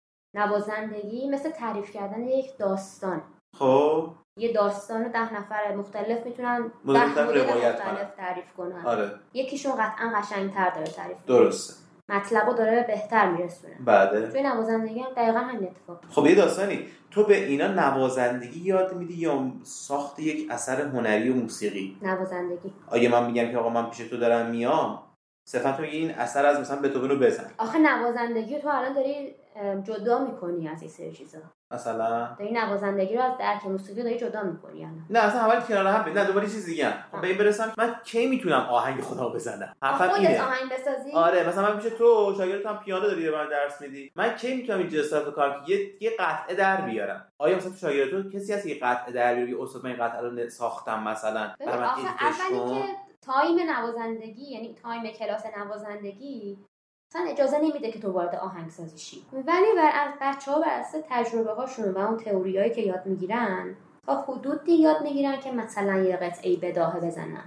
نوازندگی مثل تعریف کردن یک داستان
خب
یه داستان رو ده نفر مختلف میتونن
مدل
ده
مختلف
مدل
روایت
مختلف تعریف کنن
آره
یکیشون قطعا قشنگتر داره تعریف کنه.
درسته
مطلب رو داره بهتر میرسونه
بعده
توی نوازندگی هم دقیقا همین اتفاق
خب یه داستانی تو به اینا نوازندگی یاد میدی یا ساخت یک اثر هنری و موسیقی
نوازندگی
آیا من میگم که آقا من پیش تو دارم میام صرفا تو میگی این اثر از مثلا بتوون رو بزن
آخه نوازندگی رو تو الان داری ام، جدا میکنی از این سری چیزا
مثلا
داری نوازندگی رو از درک موسیقی داری جدا میکنی الان
نه اصلا اول کنار هم بده. نه دوباره چیز دیگه هم. خب به این برسم من کی میتونم آهنگ خدا بزنم حرفم
خودت
اینه
آهنگ بسازی
آره مثلا من پیش تو شاگرد هم پیانو داری به من درس میدی من کی میتونم این جسارت رو کار که یه یه قطعه در بیارم آیا مثلا تو شاگرد تو کسی هست که یه قطعه در بیاره بگه استاد من این قطعه رو ن- ساختم مثلا
ببین،
برای من
آخه
ادیتش
اولی
کن
که تایم نوازندگی یعنی تایم کلاس نوازندگی اصلا اجازه نمیده که تو وارد آهنگ سازی شی ولی بر از بچه ها بر اساس تجربه هاشون و اون تئوریایی که یاد میگیرن تا حدودی یاد میگیرن که مثلا یه قطعه بداهه بزنن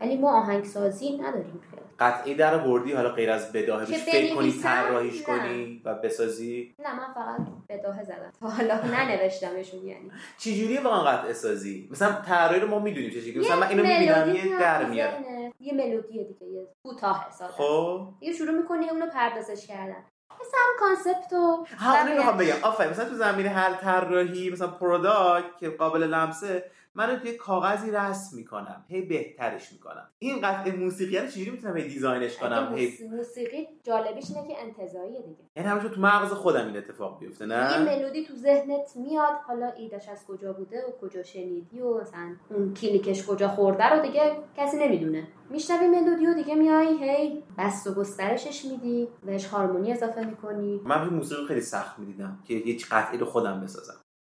ولی ما آهنگ سازی نداریم که
قطعه در آوردی حالا غیر از بداهه
که
بهش فکر کنی
بنویسم؟
طراحیش
نه.
کنی و بسازی
نه من فقط بداهه زدم تا حالا ننوشتمشون یعنی
چجوری واقعا قطعه سازی مثلا طراحی رو ما میدونیم چه شکلی مثلا من اینو
یه
میبینم
ملودی
یه
میاد
در
تو
میارم
ذهنت، یه ملودی دیگه یه کوتاه ساده
خب
دیگه شروع میکنی اونو پردازش کردن مثل هم کانسپت و
ها
بعد
اونو میخوام
میگن-
بگم آفرین مثلا تو زمین هر طراحی مثلا پروداکت که قابل لمسه من رو توی کاغذی رسم میکنم هی بهترش میکنم این قطعه موسیقی رو چجوری میتونم هی دیزاینش کنم
اگه
هی
موس- موسیقی جالبیش اینه که انتظاییه دیگه
یعنی همیشه تو مغز خودم این اتفاق بیفته
یه
نه
ملودی تو ذهنت میاد حالا ایدش از کجا بوده و کجا شنیدی و مثلا اون کلیکش کجا خورده رو دیگه کسی نمیدونه میشنوی ملودی و دیگه میای هی بست و گسترشش میدی بهش هارمونی اضافه میکنی
من پیش موسیقی رو خیلی سخت میدیدم که هیچ قطعه رو خودم بسازم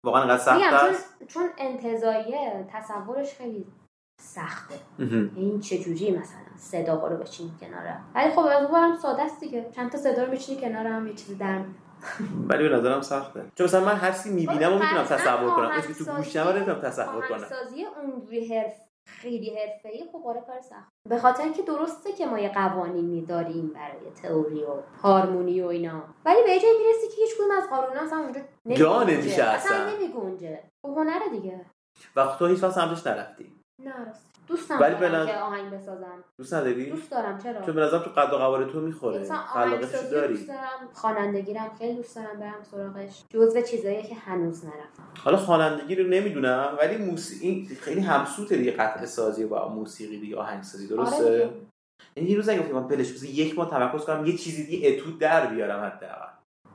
واقعا انقدر سخت
میگم چون,
است
چون انتظاییه تصورش خیلی سخته
مهم.
این چجوری مثلا صدا رو بچینی کنارم ولی خب از اون برم ساده است دیگه چند تا صدا رو میچینی کنارم یه چیزی در میاد.
ولی به نظرم سسته چون مثلا من هر چیزی میبینم و میتونم
قطعاً
تصور کنم اون که تو
آهنگسازی-
گوشم رو نمیتونم تصور کنم
آهنگسازی اونجوری حرف خیلی حرفه‌ای خب آره کار سخت به خاطر اینکه درسته که ما یه قوانینی داریم برای تئوری و هارمونی و اینا ولی به یه جایی میرسی که هیچ کدوم از قانونا اصلا اونجا نمی‌گنجه.
جا نمیشه اصلا.
اصلا نمیگنجه خب هنره دیگه
و تو هیچ وقت سمتش نرفتی
نه راست دوستم
ولی
دارم
بلد-
که آهنگ بسازم
دوست نداری
دوست دارم چرا
چون به نظرم تو قد و قواره تو میخوره
مثلا
خلاقیتش
آهنگسازی رو
داری
دوست دارم خوانندگیرم خیلی دوست دارم برم سراغش جزو چیزایی که هنوز نرفتم
حالا خوانندگی رو نمیدونم ولی موسیقی این خیلی همسوته دیگه قطعه سازی با موسیقی دیگه آهنگ سازی درسته
آره دیگه.
یعنی یه روز نگفتم من بلش مثلا یک ماه تمرکز کنم یه چیزی دیگه اتود در بیارم حداقل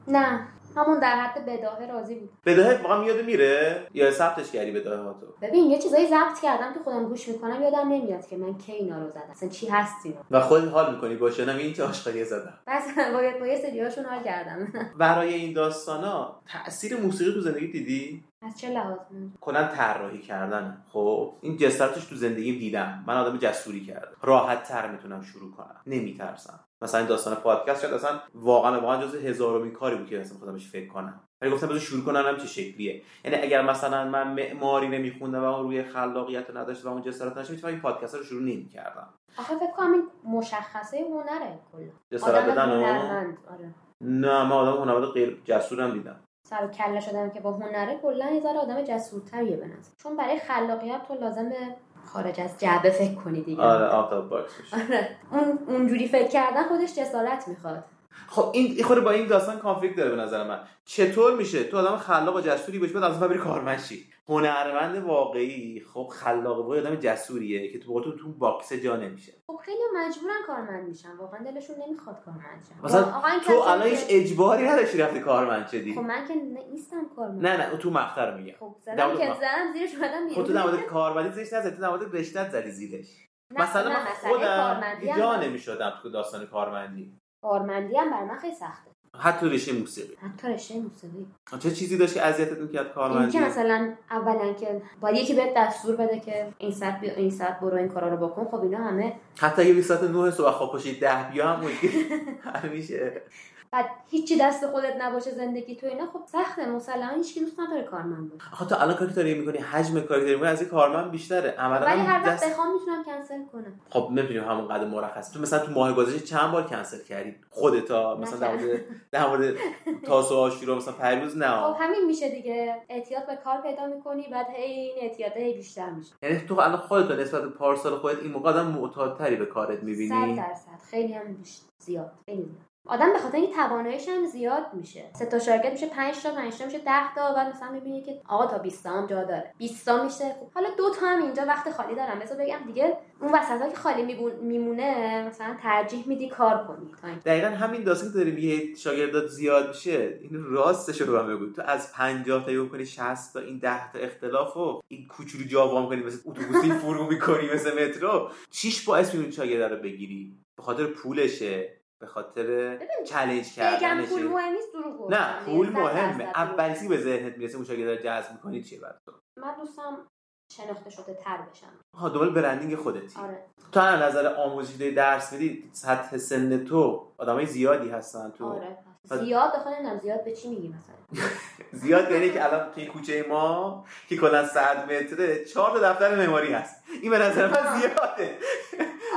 نه همون در حد بداهه راضی بود
بداهه واقعا میاد و میره یا ثبتش کردی بداهه ها تو
ببین یه چیزایی ضبط کردم که خودم گوش میکنم یادم نمیاد که من کی اینا رو زدم اصلا چی هست اینا
و خود حال میکنی با شنم این چه آشغالی زدم
بس باید با یه سریاشون حال کردم
برای این داستانا تاثیر موسیقی تو زندگی دیدی
از چه لحاظ من؟
کلا طراحی کردن خب این جسارتش تو زندگیم دیدم من آدم جسوری کردم راحت تر میتونم شروع کنم نمیترسم مثلا این داستان پادکست شد اصلا واقعا واقعا جز هزارمین کاری بود که اصلا خودم بهش فکر کنم ولی گفتم بذار شروع کنم ببینم چه شکلیه یعنی اگر مثلا من معماری نمیخوندم و اون روی خلاقیت رو نداشت و اون جسارت نداشت میتونم این پادکست رو شروع نمیکردم
آخه فکر کنم این مشخصه هنره کلا
جسارت
آدم
دادن و-
هنرمند آره
نه من آدم هنرمند غیر جسورم دیدم
سر و کله شدم که با هنره کلا یه ذره آدم جسورتریه به نظر چون برای خلاقیت تو لازمه خارج از جعبه فکر کنی دیگه
آره آفت آف باکس میشه.
آره. اون اونجوری فکر کردن خودش جسارت میخواد
خب این یه خورده با این داستان کانفلیکت داره به نظر من چطور میشه تو آدم خلاق و جسوری باشی بعد از اون بری کارمند شی هنرمند واقعی خب خلاق و آدم جسوریه که تو بقول تو تو باکس جا نمیشه
خب خیلی مجبورن کارمند میشن واقعا دلشون نمیخواد کارمند شن
مثلا
آقا این
تو
کسایی
الان
که-
هیچ اجباری نداشتی رفتی کارمند شدی
خب من که ن- نیستم کارمند
نه نه تو مقطع رو میگم
خب
در
زدم
مورد
که
ما.
زدم زیرش اومدم
خب
بیرون
تو در مورد کارمندی زیرش نزدی تو در مورد رشتت زدی زیرش
نه،
مثلا
نه،
من
مسئله
خودم
کارمندی
یه
هم-
جا نمیشدم تو داستان کارمندی
کارمندی هم برای من خیلی سخته
حتی رشته موسیقی
حتی رشته موسیقی
چه چیزی داشت که اذیتت میکرد
این
کارمندی
که مثلا اولا که باید یکی بهت دستور بده که این ساعت بیا این ساعت برو این کارا رو بکن خب اینا همه
حتی اگه بیست ساعت 9 صبح خواب باشی 10 بیا هم مشکل حل میشه
بعد هیچی دست خودت نباشه زندگی تو اینا خب سخته مسلما هیچکی دوست نداره کارمند باشه
آخه تو الان کاری که داری میکنی حجم کاری که داری میکنی از این کارمند بیشتره عملا
ولی هر
هم
وقت
دست
بخوام میتونم کنسل کنم
خب نمیتونیم همون قدر مرخص تو مثلا تو ماه گذشته چند بار کنسل کردی خودتا مثلا در مورد در مورد تاسو و آشورا مثلا پریروز نه
خب همین میشه دیگه اعتیاد به کار پیدا میکنی بعد هی این اعتیاده هی بیشتر میشه
یعنی تو الان خودتا نسبت به پارسال خودت این موقع آدم معتادتری به کارت
صد
میبینی
درصد خیلی هم بیشتر زیاد خیلی زیاد. آدم به خاطر اینکه تواناییش هم زیاد میشه سه تا شاگرد میشه 5 تا 5 تا میشه 10 تا بعد مثلا میبینی که آقا تا 20 تا هم جا داره 20 تا میشه خب حالا دو تا هم اینجا وقت خالی دارم بذار بگم دیگه اون وسطا که خالی میبون- میمونه مثلا ترجیح میدی کار کنی تا اینکه
دقیقا همین داستانی که داری میگه شاگردات زیاد میشه این راستش رو به من بگو تو از 50 تا یه کنی 60 تا این 10 تا اختلاف و این کوچولو جا وا کنی مثل اتوبوسی فرو میکنی مثل مترو چیش باعث میدون شاگرد رو بگیری به خاطر پولشه به خاطر
ببین،
چالش
بگم
کردنشه
پول مهم نیست دروغ گفتم.
نه پول
یعنی صد
مهمه
درصد پول
اولیسی به ذهنت میرسه اون شاگرد رو جذب میکنی چیه بعد تو
من دوستم شناخته شده تر بشم
ها دنبال برندینگ خودتی
آره
تو از نظر آموزشی داری درس میدی سطح سن تو آدمای زیادی هستن تو
آره
پس-
زیاد داخل نمیدونم زیاد به چی میگی مثلا
زیاد یعنی که الان توی کوچه ما که کلا 100 متره چهار تا دفتر معماری هست این به نظر من زیاده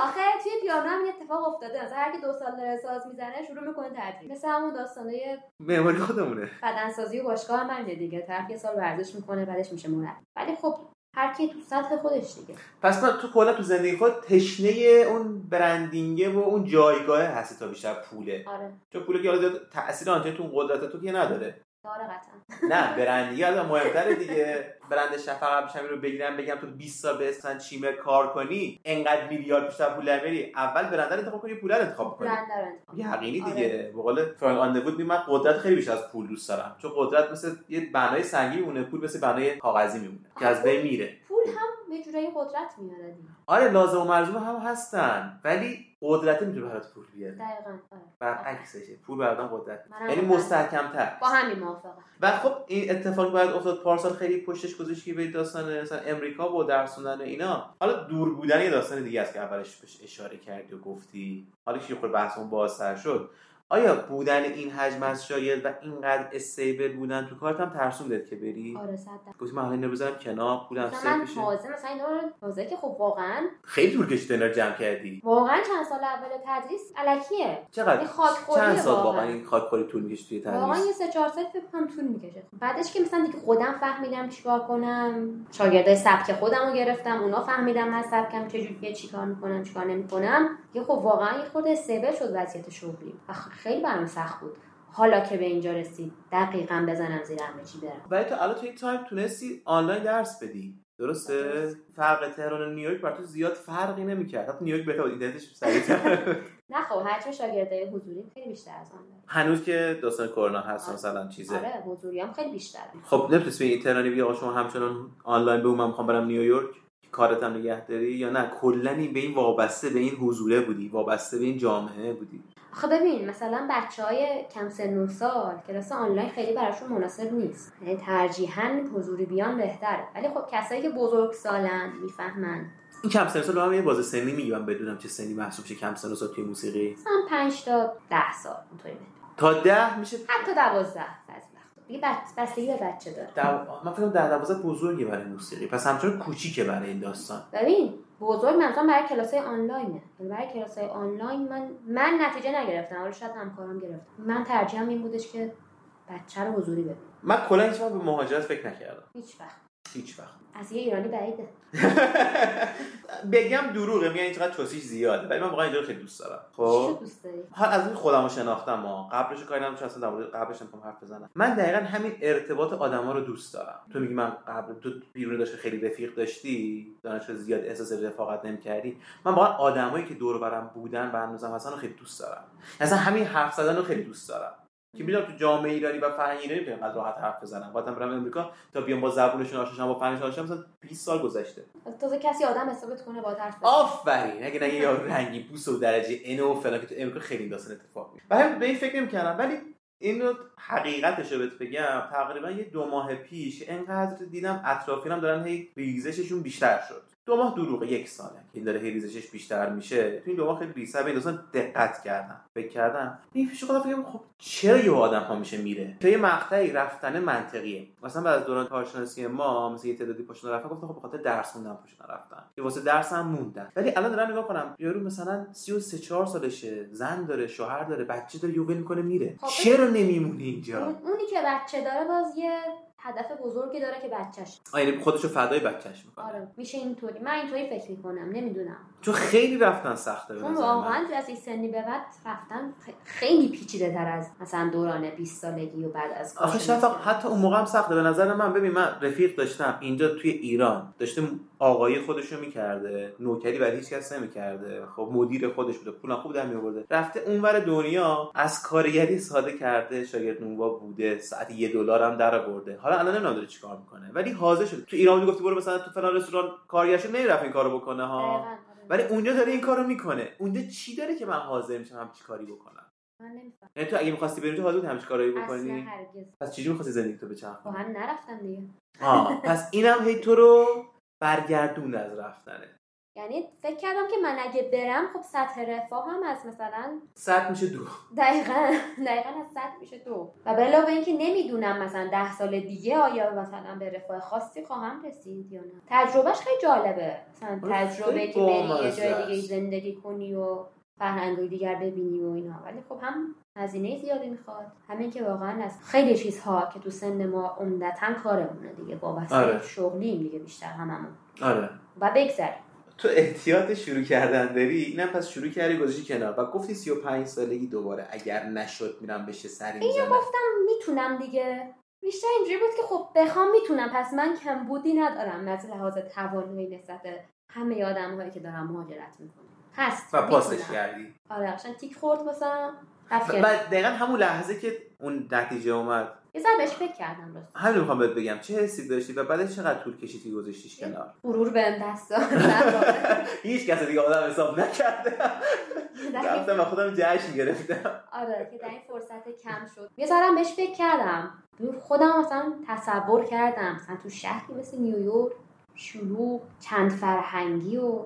آخه توی پیانو هم این اتفاق افتاده مثلا هر کی دو سال داره ساز میزنه شروع میکنه تدریس مثل همون داستانه
معماری خودمونه
بدنسازی و باشگاه هم همینه دیگه طرف یه سال ورزش میکنه بعدش میشه مربی ولی خب هر کی تو سطح خودش دیگه
پس من تو کلا تو زندگی خود تشنه اون برندینگه و اون جایگاه هستی تا بیشتر پوله
آره
چون پوله که حالا زیاد تاثیر آنچه تو اون قدرت تو که نداره
داره قطعا
نه برندینگ الان مهمتره دیگه برند شفق ابریشمی رو بگیرم بگم تو 20 سال به اسم چیمر کار کنی انقدر میلیارد بیشتر پول در میاری اول برند رو انتخاب کنی پول رو انتخاب کنی
برند داره انتخاب.
یقینی
آره.
دیگه به قول فرانک آندرود می من قدرت خیلی بیشتر از پول دوست دارم چون قدرت مثل یه بنای سنگی میمونه پول مثل بنای کاغذی میمونه که از بین میره
پول هم یه جورایی قدرت میاره دیگه
آره لازم و ملزوم هم هستن ولی قدرت میتونه برات پول بیاره
دقیقاً آره
برعکسشه پول برادن قدرت
منم
یعنی
با-
مستحکمتر
آره. با همین موافقم
و خب این اتفاقی باید افتاد پارسال خیلی پشتش گذاشت که به داستان مثلا امریکا و درسوندن و اینا حالا دور بودن یه داستان دیگه است که اولش بهش اشاره کردی و گفتی حالا که خود بحثمون بازتر شد آیا بودن این حجم از شاید و اینقدر استیبل بودن تو کارت هم ترسون داد که بری
آره صد درصد.
گفتی من الان اینو بزنم کنار پولم
مثلا
سیف
من
بشه
تازه مثلا اینا رو تازه که خب واقعا
خیلی طول کشید اینا رو جمع کردی
واقعا چند سال اول تدریس الکیه
چقدر
این خاک‌خوریه
چند سال واقعا
واقعاً.
این خاکخوری طول میکشه توی
واقعا
تدریس
یه سه چهار سال فکر کنم طول میکشه بعدش که مثلا دیگه خودم فهمیدم چیکار کنم شاگردای سبک خودم رو گرفتم اونا فهمیدم من سبکم چجوریه چیکار میکنم چیکار نمیکنم یه خب واقعا یه خورده استیبل شد وضعیت شغلی و خ- خیلی برام سخت بود حالا که به اینجا رسید دقیقا بزنم زیر همه چی برم
ولی تو الان تو این تایم تونستی آنلاین درس بدی درسته
درست.
فرق تهران و نیویورک بر تو زیاد فرقی نمیکرد حتی نیویورک بهتر بود اینترنتش سریعتر
نه خب هرچه شاگردای حضوری خیلی بیشتر از آن داره.
هنوز که داستان کرونا هست
آره.
مثلا چیزه
آره حضوری هم خیلی بیشتره
خب نمیتونستی به این تهرانی بگی آقا شما همچنان آنلاین بگو من میخوام برم نیویورک کارت هم نگه داری یا نه کلا این به این وابسته به این حضوره بودی وابسته به این جامعه بودی
خب ببین مثلا بچه های کم سن و سال کلاس آنلاین خیلی براشون مناسب نیست یعنی ترجیحاً حضوری بیان بهتره ولی خب کسایی که بزرگ سالن میفهمن
این کم سن و سال رو هم یه باز سنی میگی من بدونم چه سنی محسوب میشه کم سن و سال توی موسیقی
مثلا 5 تا 10 سال اونطوری بهتره.
تا ده میشه
حتی 12 بعضی وقتا دیگه بس- بستگی به بچه داره
دو... من فکرم ده دوازده بزرگه برای موسیقی پس همچنان کوچیکه برای این داستان
ببین بزرگ مثلا برای کلاس های آنلاینه یعنی برای کلاس های آنلاین من من نتیجه نگرفتم حالا شاید همکارم گرفتم من ترجیحم این بودش که بچه رو حضوری ببینم
من کلا هیچ وقت به مهاجرت فکر نکردم
هیچ وقت
هیچ وقت
از یه ایرانی بعیده
بگم دروغه میگن اینقدر چوسیش زیاده ولی من واقعا اینجا رو خیلی دوست دارم
چی
خب
رو دوست داری
حال از این خودم رو شناختم ها قبلش رو کاری ندارم چون اصلا در مورد قبلش نمیخوام حرف بزنم من دقیقا همین ارتباط آدما رو دوست دارم تو میگی من قبل تو بیرون داشت خیلی رفیق داشتی دانشگاه زیاد احساس رفاقت نمیکردی من واقعا آدمایی که دور و برم بودن و هنوزم هستن رو خیلی دوست دارم اصلا همین حرف زدن رو خیلی دوست دارم که میدونم تو جامعه ایرانی و فرهنگ ایرانی میتونم انقدر راحت حرف بزنم بعدم برم امریکا تا بیام با زبونشون آشنا شم با فرهنگشون آشنا شم، مثلا 20 سال گذشته
تازه کسی آدم حسابت کنه با حرف بزنه.
آفرین اگه نگه یارو رنگی پوست و درجه N و فلان که تو امریکا خیلی این داستان اتفاق میفته و هم به این فکر نمی‌کردم ولی این رو حقیقتش رو بهت بگم تقریبا یه دو ماه پیش انقدر دیدم اطرافیانم دارن هی ریزششون بیشتر شد دو ماه دروغه یک ساله که این داره هی ریزشش بیشتر میشه تو این دو ماه خیلی ریسه به این داستان دقت کردم فکر کردم این پیش خودم فکر کردم، خب چرا یه آدم ها میشه میره تو یه مقطعی رفتن منطقیه مثلا بعد از دوران کارشناسی ما مثلا یه تعدادی پاشون رفتن گفتم خب به خاطر درس خوندن پاشون رفتن یه واسه درس هم موندن ولی الان دارم نگاه کنم یارو مثلا 33 4 سالشه زن داره شوهر داره بچه داره یوبل میکنه میره
خب،
چرا نمیمونی اینجا
اون- اونی که بچه داره باز یه هدف بزرگی داره که بچهش
آه، یعنی خودشو فدای بچهش میکنه
آره میشه اینطوری من اینطوری فکر میکنم نمیدونم
چون خیلی رفتن سخته به
چون
نظر من.
واقعا از این سنی به بعد رفتن خ- خیلی پیچیده تر از مثلا دوران 20 سالگی و بعد از
آخه
کاشناسی.
شفق حتی اون موقع هم سخته به نظر من ببین من رفیق داشتم اینجا توی ایران داشته آقایی خودش رو میکرده نوکری برای هیچ کس نمیکرده خب مدیر خودش بوده پولم خوب در میآورده رفته اونور دنیا از کارگری ساده کرده شاگرد نونوا بوده ساعت یه دلار هم در آورده حالا الان نمیدونم داره چیکار میکنه ولی حاضر شده تو ایران میگفتی برو مثلا تو فلان رستوران کارگرش نمیرفت این کارو بکنه ها
دقیقاً، آره.
ولی اونجا داره این کارو میکنه اونجا چی داره که من حاضر میشم همچی کاری بکنم
من نمی‌فهمم.
یعنی تو اگه میخواستی بری تو حاضر بودی همچی کارایی بکنی
اصلا هرگز
پس چجوری میخواستی زندگی تو بچرخونی
با هم نرفتم دیگه
آه پس اینم هی تو رو برگردون از رفتنه
یعنی فکر کردم که من اگه برم خب سطح رفاه هم از مثلا
صد میشه دو
دقیقا دقیقا از صد میشه دو و به علاوه اینکه نمیدونم مثلا ده سال دیگه آیا مثلا به رفاه خاصی خواهم رسید یا نه تجربهش خیلی جالبه مثلا
آره،
تجربه
خیلی
که بری یه
بامزه
جای دیگه
است.
زندگی کنی و فرهنگای دیگر ببینی و اینا ولی خب هم هزینه زیادی میخواد همین که واقعا از خیلی چیزها که تو سن ما عمدتا کارمونه دیگه وابسته
آره.
به شغلیم دیگه بیشتر هممون
آره
و بگذریم
تو احتیاط شروع کردن داری اینم پس شروع کردی گذاشتی کنار و گفتی 35 سالگی دوباره اگر نشد میرم بشه سری میزنم
میتونم دیگه بیشتر اینجوری بود که خب بخوام میتونم پس من کمبودی ندارم از لحاظ توانایی نسبت به همه آدم هایی که دارم مهاجرت میکنم هست
و پاسش
می‌تونم.
کردی
آره قشنگ تیک خورد واسم
و
رفت کنار.
بعد دقیقا همون لحظه که اون نتیجه اومد
یه ذره بهش فکر کردم راست
همین میخوام بهت بگم چه حسی داشتی و بعدش چقدر طول کشید که گذاشتیش کنار
غرور بهم دست داد در واقع.
هیچ کس دیگه آدم حساب نکرده
در این-
رفتم و خودم جشن گرفتم
آره که در این فرصت کم شد یه ذره هم بهش فکر کردم دور خودم مثلا تصور کردم مثلا تو شهری مثل نیویورک شلوغ چند فرهنگی و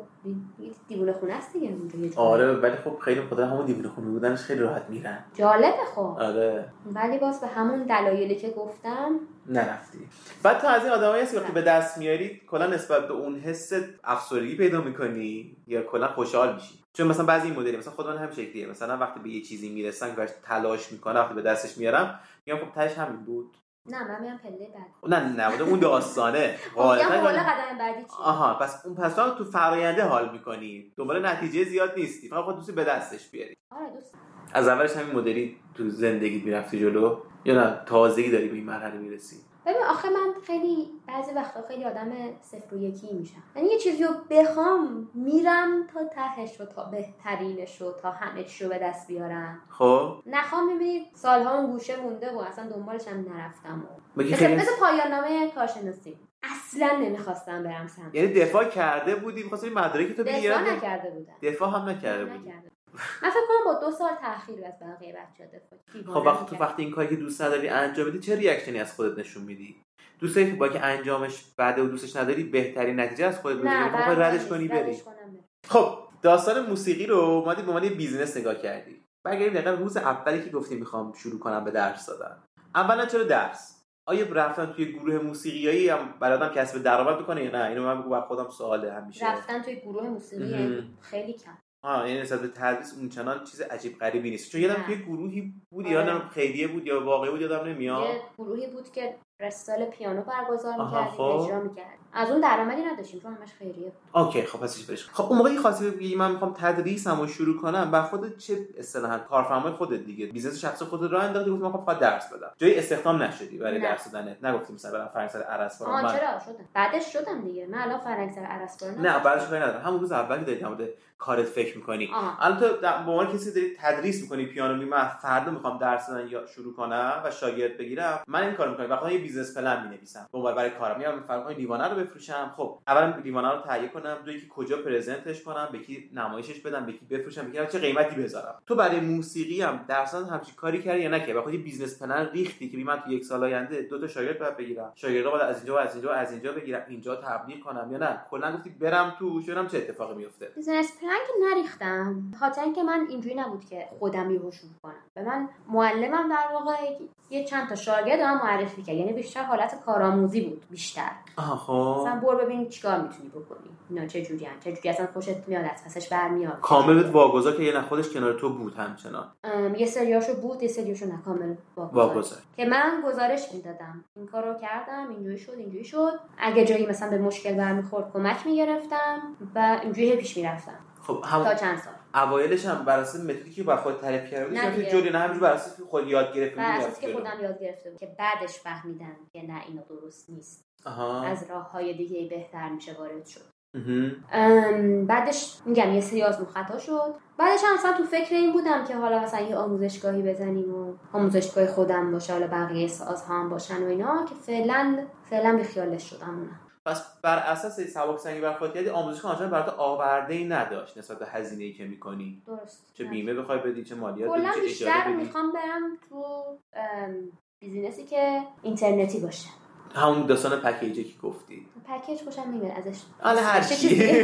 یه دیوونه خونه است دیگه اونجا یه جوری.
آره ولی خب خیلی خدا همون دیوونه خونه بودنش خیلی راحت میرن
جالبه خب
آره
ولی باز به همون دلایلی که گفتم
نرفتی بعد تو از این آدمایی هستی که وقتی
نه.
به دست میاری کلا نسبت به اون حس افسردگی پیدا میکنی یا کلا خوشحال میشی چون مثلا بعضی این مدلی مثلا خود من هم شکلیه مثلا وقتی به یه چیزی میرسم که براش تلاش میکنم وقتی به دستش میارم میگم خب تهش همین بود خب
نه من میام پله بعد
نه نه بوده اون داستانه
خب، میگم حالا
غالبا
قدم بعدی چی
آها پس اون پس تو تو فراینده حال میکنی دنبال نتیجه زیاد نیستی فقط خود دوستی به دستش بیاری
آره دوست
از اولش همین مدلی تو زندگی میرفتی جلو یا نه تازگی داری به این مرحله میرسی
ببین آخه من خیلی بعضی وقتا خیلی آدم صفر و یکی میشم یعنی یه چیزی رو بخوام میرم تا تهش و تا بهترینش و تا همه چی رو به دست بیارم
خب
نخوام میبینید سالها اون گوشه مونده و اصلا دنبالش هم نرفتم و
میگی
مثل,
خیلی
مثل پایان نامه کارشناسی اصلا نمیخواستم برم سمت
یعنی دفاع کرده بودی می‌خواستی مدرک تو بگیری
دفاع
یعنی
نکرده بودم
دفاع هم نکرده بودی
نکردم من فکر کنم با دو سال تاخیر از بقیه بچه‌ها دفاع دیوانه
خب وقتی تو
می‌کردم.
وقتی این کاری که دوست نداری انجام بدی چه ریاکشنی از خودت نشون میدی دوست داری که با که انجامش بعد و دوستش نداری بهترین نتیجه از خودت بگیری
نه
می‌خوای ردش
نیست.
کنی بری
ردش کنم بری.
خب داستان موسیقی رو اومدی به عنوان یه بیزینس نگاه کردی برگردیم دقیقا روز اولی که گفتی میخوام شروع کنم به درس دادن اولا چرا درس آیا رفتن توی گروه موسیقیایی هم برادم کسب درآمد میکنه یا نه اینو من بگو بر خودم سواله همیشه
رفتن توی گروه موسیقی
مهم.
خیلی کم
آه یعنی نسبت به تدریس اونچنان چیز عجیب غریبی نیست چون یادم
نه.
توی گروهی بود
آره.
یادم خیریه بود یا واقعی بود یادم نمیاد
یه گروهی بود که رستال پیانو برگزار
آها،
می‌کردیم
خب.
اجرا می‌کرد از اون درآمدی نداشتیم چون همش خیریه بود
اوکی خب پس هیچ برش خب اون موقعی خواستی بگی من میخوام تدریسم رو شروع کنم و خودت چه اصطلاحا کارفرمای خودت دیگه بیزنس شخصی خودت راه انداختی گفتی من میخوام فقط درس بدم جایی استخدام نشدی برای
نه.
درس دادنت نگفتیم مثلا برم فرانسه عرس برم
آها
من
چرا شدم بعدش شدم دیگه من الان فرنگسر عرسپران
بله. نه بعدش کاری ندارم همون روز اولی داری در مورد کارت فکر میکنی
آها
الان تو در- به عنوان کسی که داری تدریس میکنی پیانو می من فردا میخوام درس دادن یا شروع کنم و شاگرد بگیرم من این کارو میکنم وقتی یه بیزنس پلن مینویسم به عنوان برای کارم میام فرض کن دیوانه رو بفروشم خب اولا دیوانه رو تهیه کنم دو اینکه کجا پرزنتش کنم به کی نمایشش بدم به کی بفروشم به کی نه، چه قیمتی بذارم تو برای موسیقی هم درس همچین کاری کردی یا نکردی و خودی بیزنس پلن ریختی که بگی من تو یک سال آینده دو تا شاگرد باید بگیرم شاگردا باید از اینجا و از اینجا و از اینجا بگیرم اینجا تبلیغ کنم یا نه کلا گفتی برم تو ببینم چه اتفاقی میفته
بیزنس پلن که نریختم به خاطر اینکه من اینجوری نبود که خودم یهو شروع کنم به من معلمم در واقع یه چند تا شاگرد هم معرفی کرد یعنی بیشتر حالت کارآموزی بود بیشتر
آها خب
مثلا برو ببین چیکار میتونی بکنی اینا چه جوری هم چه جوری اصلا خوشت میاد از پسش برمیاد
کامل بهت واگذار که یه نه خودش کنار تو بود همچنان
ام، یه سریاشو بود یه سریاشو نکامل
واگذار
که من گزارش میدادم این کار رو کردم اینجوری شد اینجوری شد اگه جایی مثلا به مشکل برمیخورد کمک میگرفتم و اینجوری هی پیش میرفتم
خب
تا
هم
چند سال
اوایلش هم بر اساس متدی که بر خود تعریف کرده
نه
بودی که
دیگه.
جوری نه همینجور بر اساس که خود یاد گرفتی
و اساس
می‌رفتی
که
جلو.
خودم یاد گرفته بود که بعدش فهمیدم که نه اینا درست نیست
آها
از راه های دیگه بهتر میشه وارد شد
مهم.
ام، بعدش میگم یه سری آزمون خطا شد بعدش هم مثلا تو فکر این بودم که حالا مثلا یه آموزشگاهی بزنیم و آموزشگاه خودم باشه حالا بقیه ساز هم باشن و اینا که فعلا فعلا بیخیالش شدم اونم
پس بر اساس این سبک سنگی بر خود کردی آموزش آنچنان برات آورده ای نداشت نسبت به هزینه ای که میکنی
درست
چه بیمه بخوای بدی چه مالیات بدی
کلا
چه
بیشتر
اجاره بدی
میخوام برم تو ام، بیزینسی که اینترنتی باشه
همون داستان پکیجی که گفتی
پکیج خوشم میاد ازش
حالا هر
چه
چی.
چیزی؟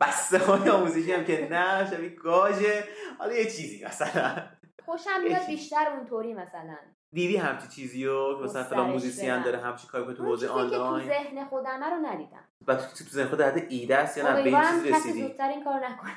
بسته های آموزشی هم که نه شبیه گاجه حالا یه چیزی مثلا
خوشم میاد بیشتر اونطوری مثلا
دیدی همچی چیزی رو که مثلا
گسترش
فلان موزیسین
بدم.
داره همچی کاری کنه تو
اون
حوزه
چیزی که تو
آنلاین
ذهن خودمه رو ندیدم
و تو تو ذهن خود حد ایده است یا نه به این
امیدوارم
چیزی
کسی
رسیدی
زودتر این کار نکنه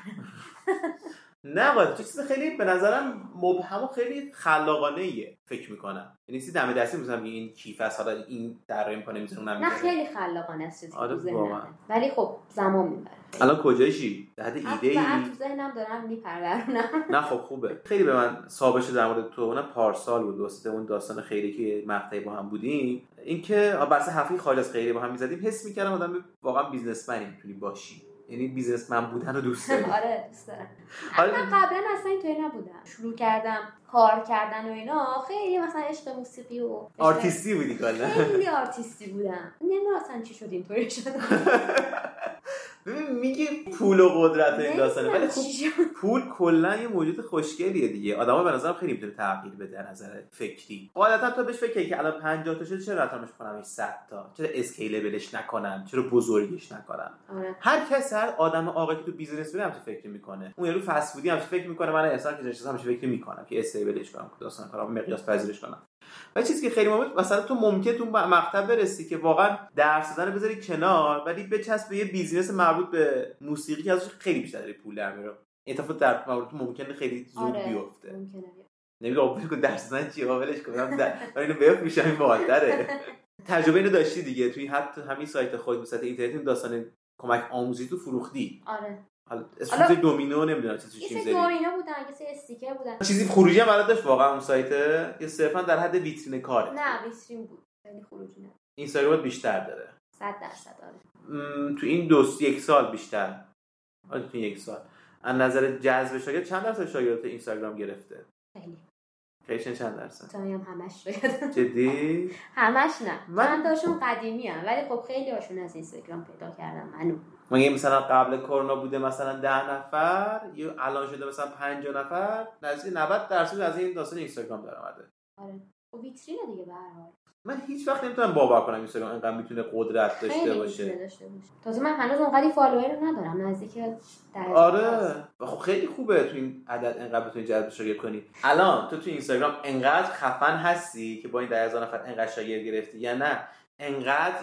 نه واقعا تو چیز خیلی به نظرم مبهم و خیلی خلاقانه ایه فکر میکنم یعنی سی دم دستی میزنم این کیف است حالا این در میکنه میزنه اونم
نه
می‌ذاره.
خیلی خلاقانه است چیزی که
آره،
تو
واقعا.
ذهنمه ولی خب زمان میبره
الان کجایشی در حد ایده ای
حتی تو ذهنم دارم میپرورونم
نه خب خوبه خیلی به من سابقه شد در مورد تو اونم پارسال بود واسه اون داستان خیلی که مقطعی با هم بودیم اینکه بس هفته خارج از خیلی با هم میزدیم حس میکردم آدم واقعا بیزنسمنی میتونی باشی یعنی بیزنسمن بودن رو دوست داری
آره دوست دارم
آره.
من قبلا اصلا اینطوری نبودم شروع کردم کار کردن و اینا خیلی مثلا عشق موسیقی و عشق-
آرتیستی بودی کلا
خیلی آرتیستی بودم نمیدونم اصلا چی شد اینطوری شد
ببین میگی پول و قدرت این داستانه ولی
نمی‌دونم
خب
چی شد.
پول کلا یه موجود خوشگلیه دیگه آدما به نظرم خیلی میتونه تغییر بده از نظر فکری غالبا تو بهش فکر کنی که الان 50 تا شده چرا رقمش کنم 100 تا چرا اسکیلبلش نکنم چرا بزرگش نکنم
آره
هر کس هر آدم آقا که تو بیزینس میره همچین فکر میکنه اون یارو فست فودی همچین فکر میکنه من احسان که نشستم همچین فکر میکنم که استیبلش کنم داستان کنم مقیاس پذیرش کنم و چیزی که خیلی مهمه مثلا تو ممکنه تو مقطع برسی که واقعا درس دادن رو بذاری کنار ولی بچسب به یه بیزینس مربوط به موسیقی که ازش خیلی بیشتر داری پول در میاره این اتفاق در مورد ممکنه خیلی زود
آره.
بیفته
ممکنه بیاد.
نمیگه آقا ول کن درس دادن چیه آقا ولش کن من در- من اینو بیف میشم این بالتره تجربه اینو داشتی دیگه توی حتی همین سایت خود مثلا اینترنتی اون داستان کمک آموزی تو فروختی
آره
حالا
حالا-
اسم دومینو نمیدونم چه
یه
چیزی
سری
زدی.
دومینا بودن یه سری استیکر بودن
چیزی خروجی هم برات داشت واقعا اون سایت یا صرفا در حد ویترین کاره
نه ویترین بود خیلی خروجی نه
اینستاگرام بیشتر داره
صد درصد آره
م، تو این دو س- یک سال بیشتر آره تو این یک سال از نظر جذب شاگرد چند درصد شاگرد تو اینستاگرام گرفته
خیلی
خیلی چند- چند درصد
تا هم همش شاید
جدی
همش نه
من-
من تاشون قدیمی هم. ولی خب خیلی هاشون از اینستاگرام پیدا کردم منو
مگه مثلا قبل کرونا بوده مثلا ده نفر یا الان شده مثلا 50 نفر نزدیک 90 درصد از این داستان اینستاگرام در اومده
آره و ویترین دیگه به هر حال
من هیچ وقت نمیتونم باور کنم اینستاگرام اینقدر میتونه قدرت داشته
خیلی ویترین
باشه
داشته باشه تازه من هنوز اونقدی فالوور رو ندارم نزدیک در
آره و خب خیلی خوبه تو این عدد انقدر بتونی جذب شاگرد کنی الان تو تو اینستاگرام انقدر خفن هستی که با این ده هزار نفر انقدر شاگرد گرفتی یا نه انقدر